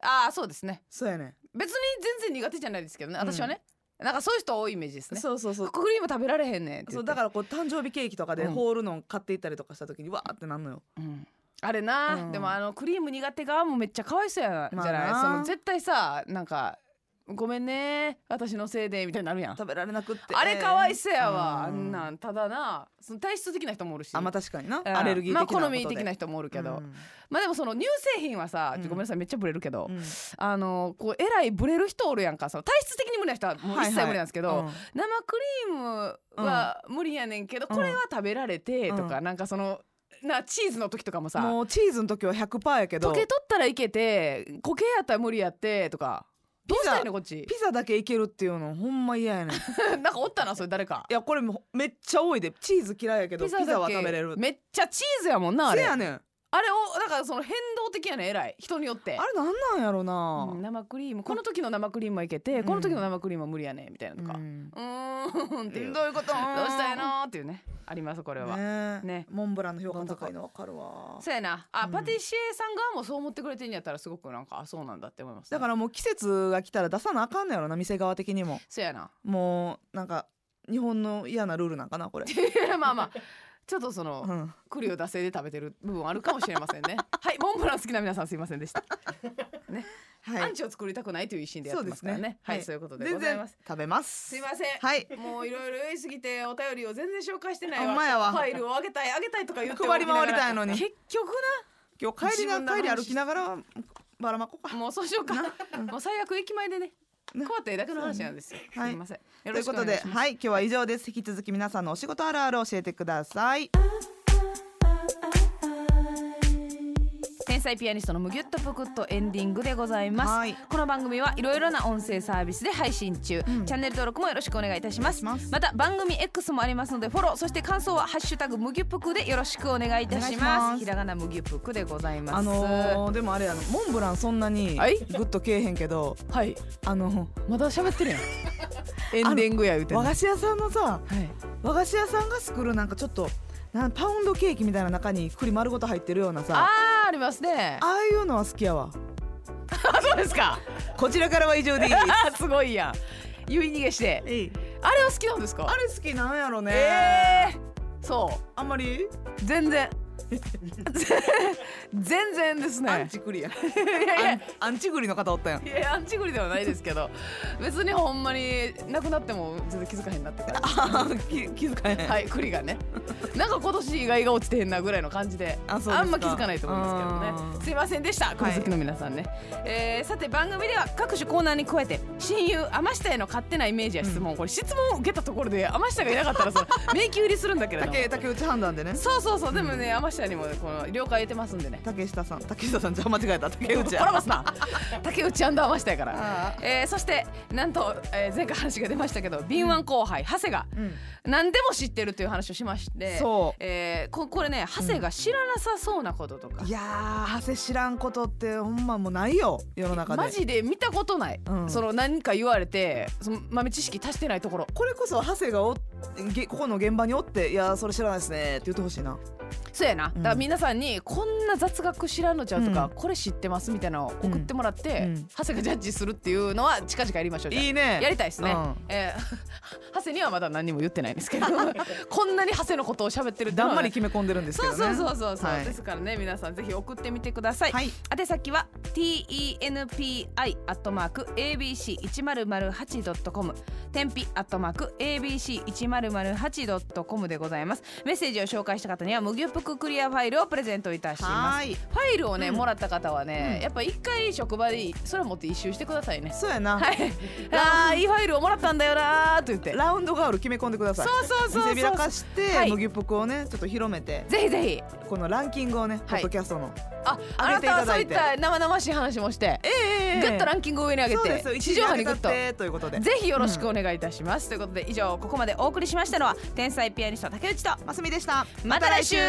Speaker 2: ああそうですね
Speaker 3: そうやね
Speaker 2: 別に全然苦手じゃないですけどね私はね、なんかそういう人多いイメージですね
Speaker 3: そうそうそう
Speaker 2: クリーム食べられへんねんって、
Speaker 3: そうだかららこう誕生日ケーキとかで
Speaker 2: うん
Speaker 3: ホールの買っていったりとかした時にわーってなんのよ、
Speaker 2: うんあれな、
Speaker 3: うん
Speaker 2: でもあのクリーム苦手側もめっちゃかわいそうやな、
Speaker 3: まあな
Speaker 2: じゃないその絶対さなんか「ごめんね私のせいで」みたいになるやん
Speaker 3: 食べられなくって
Speaker 2: あれかわいそうやわ、
Speaker 3: う
Speaker 2: あ
Speaker 3: ん
Speaker 2: んなんただなその体質的な人もおるし
Speaker 3: あまあ確かにな、
Speaker 2: うん
Speaker 3: アレルギー的
Speaker 2: ま
Speaker 3: な
Speaker 2: あ
Speaker 3: ことで
Speaker 2: 好み的な人もおるけど、
Speaker 3: うん
Speaker 2: まあでもその乳製品はさ、
Speaker 3: うん
Speaker 2: ごめんなさいめっちゃブレるけど、
Speaker 3: うん
Speaker 2: あのこうえらいブレる人おるやんかその体質的に無理な人はもう一切無理なんですけど、
Speaker 3: はいはい
Speaker 2: 生クリームは無理やねんけど、
Speaker 3: うん
Speaker 2: これは食べられてとか、
Speaker 3: う
Speaker 2: なんかそのなチーズの時とかも
Speaker 3: うん
Speaker 2: さ
Speaker 3: もうチーズの時は100%やけど
Speaker 2: 溶けとったらいけて固形やったら無理やってとかどうしたいのこっち
Speaker 3: ピザだけいけるっていうのほんま嫌
Speaker 2: [laughs]
Speaker 3: やねんい
Speaker 2: なんかおったなそれ誰か
Speaker 3: やこれもうめっちゃ多いでチーズ嫌いやけど
Speaker 2: ピザ
Speaker 3: ピザ
Speaker 2: だけ
Speaker 3: は食べれる
Speaker 2: めっちゃチーズやもんなあ
Speaker 3: せ
Speaker 2: れ
Speaker 3: やねん
Speaker 2: あれをだからその変動的やねんえらい人によって
Speaker 3: あれなんなんやろな、
Speaker 2: うん生クリームこの時の生クリームはいけて、
Speaker 3: うん
Speaker 2: この時の生クリームは無理やねんみたいなとか
Speaker 3: う
Speaker 2: うんーんっていう
Speaker 3: どういうことどう
Speaker 2: どうしたいのっていうねありますこれは、
Speaker 3: ねえ
Speaker 2: ね
Speaker 3: モンブランの評価高いの分かるわ
Speaker 2: そうやなあ、
Speaker 3: うん
Speaker 2: パティシエさん側もそう思ってくれてんやったらすごくなんかあそうなんだって思いますね、
Speaker 3: だからもう季節が来たら出さなあかんのやろな店側的にも
Speaker 2: そうやな [laughs]
Speaker 3: もうなんか日本の嫌なルールなんかな
Speaker 2: [laughs]
Speaker 3: これ、
Speaker 2: まあまあちょっとその、
Speaker 3: うん、
Speaker 2: 栗を惰性で食べてる部分あるかもしれません
Speaker 3: [laughs]
Speaker 2: ねはいモンブラン好きな皆さんすいませんでした、
Speaker 3: は
Speaker 2: アンチを作りたくないという一心でやってますからねはい、そういうことでご
Speaker 3: 全
Speaker 2: ざい
Speaker 3: 然
Speaker 2: ます
Speaker 3: 食べます
Speaker 2: すいません、
Speaker 3: はい
Speaker 2: もういろいろ言いすぎてお便りを全然紹介してないわ
Speaker 3: ほんまやわ
Speaker 2: ファイルをあげたいあげたいとか言って
Speaker 3: 配り回りたいのに
Speaker 2: 結局
Speaker 3: 今日帰り
Speaker 2: 自
Speaker 3: な
Speaker 2: 分の話
Speaker 3: 帰り歩きながらばらまこうか
Speaker 2: なもうそうしようか [laughs] もう最悪駅前でね
Speaker 3: な
Speaker 2: 配ってだけの話なんですよ、
Speaker 3: はい
Speaker 2: すいませんよ
Speaker 3: とい
Speaker 2: ろ
Speaker 3: う
Speaker 2: しく
Speaker 3: こ
Speaker 2: お願
Speaker 3: と
Speaker 2: いしま
Speaker 3: ですはい今日は以上です引き続き皆さんのお仕事あるある教えてください
Speaker 2: 天才ピアニストのむぎゅっとぷくっとエンディングでございます、
Speaker 3: はい
Speaker 2: この番組はいろいろな音声サービスで配信中、チャンネル登録もよろしくお願いいたします
Speaker 3: お願いします
Speaker 2: た番組 X もありますのでフォローそして感想はハッシュタグむぎゅぷくでよろしくお願いいたします
Speaker 3: お願いします
Speaker 2: ひらがなむぎゅぷくでございます
Speaker 3: あのーでもあれやなモンブランそんなに
Speaker 2: はい
Speaker 3: グッとけえへんけど
Speaker 2: はい
Speaker 3: あの
Speaker 2: まだ喋ってるやんエンディングや言うてん
Speaker 3: 和
Speaker 2: のは
Speaker 3: 菓子屋さんのさ
Speaker 2: い
Speaker 3: 和菓子屋さんが作るなんかちょっとなんパウンドケーキみたいな中に栗丸ごと入ってるようなさあ
Speaker 2: あーありますねあ
Speaker 3: あいうのは好きやわ
Speaker 2: そうですか
Speaker 3: こちらからは以上でいい
Speaker 2: あ [laughs] すごいやん言い逃げして
Speaker 3: えい
Speaker 2: あれは好きなんですか
Speaker 3: あれ好きなんやろね、
Speaker 2: ええー、そう
Speaker 3: あんまり、
Speaker 2: 全然 [laughs] 全然です
Speaker 3: アン
Speaker 2: ね
Speaker 3: チ栗や
Speaker 2: いや
Speaker 3: ア
Speaker 2: い
Speaker 3: ンアンチ栗の方おったやん
Speaker 2: やいやアンチグリではないですけど別にほんまになくなっても全然気づかへんなって感じ
Speaker 3: あーき気づかへん、
Speaker 2: はい栗
Speaker 3: [laughs]
Speaker 2: がねなんか今年意外が落ちてへんなぐらいの感じで
Speaker 3: あそうですか
Speaker 2: んま気づかないと思いますけど
Speaker 3: あー
Speaker 2: ねすいませんでした栗好きの皆さんね、えーさて番組では各種コーナーに加えて親友天下への勝手なイメージや質問、これ質問を受けたところで天下がいなかったら
Speaker 3: [laughs]
Speaker 2: さ迷宮入りするんだけれども
Speaker 3: 竹竹内判断でね
Speaker 2: そうそうそうでもね天下にもこの了解得てますんでね
Speaker 3: 竹下さん竹下さんじゃあ間違えた竹内
Speaker 2: コラ
Speaker 3: や
Speaker 2: ボす
Speaker 3: [laughs]
Speaker 2: な竹内アンダーマしたやから
Speaker 3: ああ、
Speaker 2: えー、そしてなんと、えー、前回話が出ましたけど敏腕後輩長谷が
Speaker 3: うん
Speaker 2: 何でも知ってるという話をしまして
Speaker 3: そう
Speaker 2: えーここれね長谷が知らなさそうなこととか、
Speaker 3: いやー長谷知らんことってほんまもうないよ世の中で
Speaker 2: マジで見たことない、
Speaker 3: うん
Speaker 2: その何か言われてその豆知識足してないところ
Speaker 3: これこそ長谷がおげここの現場におって「いやーそれ知らないですね」って言ってほしいな
Speaker 2: そうやなだ
Speaker 3: うん
Speaker 2: から皆さんにこんな雑学知らんのちゃうとか、
Speaker 3: うん
Speaker 2: これ知ってますみたいなのを送ってもらって、
Speaker 3: うんうん
Speaker 2: 長谷がジャッジするっていうのは近々やりましょうじゃあ
Speaker 3: いいね
Speaker 2: やりたいですね、
Speaker 3: うん
Speaker 2: えー [laughs] 長谷にはまだ何にも言ってないんですけ
Speaker 3: [laughs]
Speaker 2: どこんなに長谷のことを喋ってるっていう
Speaker 3: だ
Speaker 2: の
Speaker 3: ん
Speaker 2: は
Speaker 3: まり
Speaker 2: ね
Speaker 3: 決め込んでるんですけ
Speaker 2: そ
Speaker 3: ど
Speaker 2: う
Speaker 3: ね
Speaker 2: そうそうそうそう、
Speaker 3: はい
Speaker 2: ですからね皆さんぜひ送ってみてください、
Speaker 3: はい
Speaker 2: 宛先は tenpi アットマーク abc 一0 0 8ドットコム天日アットマーク abc 一0 0 8ドットコムでございます。メッセージを紹介した方には無牛ぷ福クリアファイルをプレゼントいたします
Speaker 3: い
Speaker 2: ファイルをね、もらった方はね、
Speaker 3: うん
Speaker 2: やっぱ一回職場でそれを持って一周してくださいね
Speaker 3: そうやな、
Speaker 2: はいあーいいファイルをもらったんだよなーと言って
Speaker 3: ラウンドガール決め込んでくだ
Speaker 2: そ
Speaker 3: さいう
Speaker 2: そうそう
Speaker 3: 見せびら
Speaker 2: そ
Speaker 3: か
Speaker 2: う
Speaker 3: して、
Speaker 2: はい
Speaker 3: 麦服をねちょっと広めて
Speaker 2: ぜひぜひ
Speaker 3: このランキングをね、ポッドキャストの
Speaker 2: ああな
Speaker 3: 上げてい
Speaker 2: たは
Speaker 3: た
Speaker 2: そ
Speaker 3: だ
Speaker 2: ういっ
Speaker 3: いて
Speaker 2: た生々しい話もして
Speaker 3: ええ
Speaker 2: グッとラ
Speaker 3: ン
Speaker 2: ンキングを上に上
Speaker 3: キ
Speaker 2: げ
Speaker 3: そうです
Speaker 2: て地上波にグッと
Speaker 3: 一時上げたってということで
Speaker 2: ぜひよろしくお願いいたします、ということで以上ここまでお送りしましたのは天才ピアニスト竹内と
Speaker 3: ますみでした
Speaker 2: また来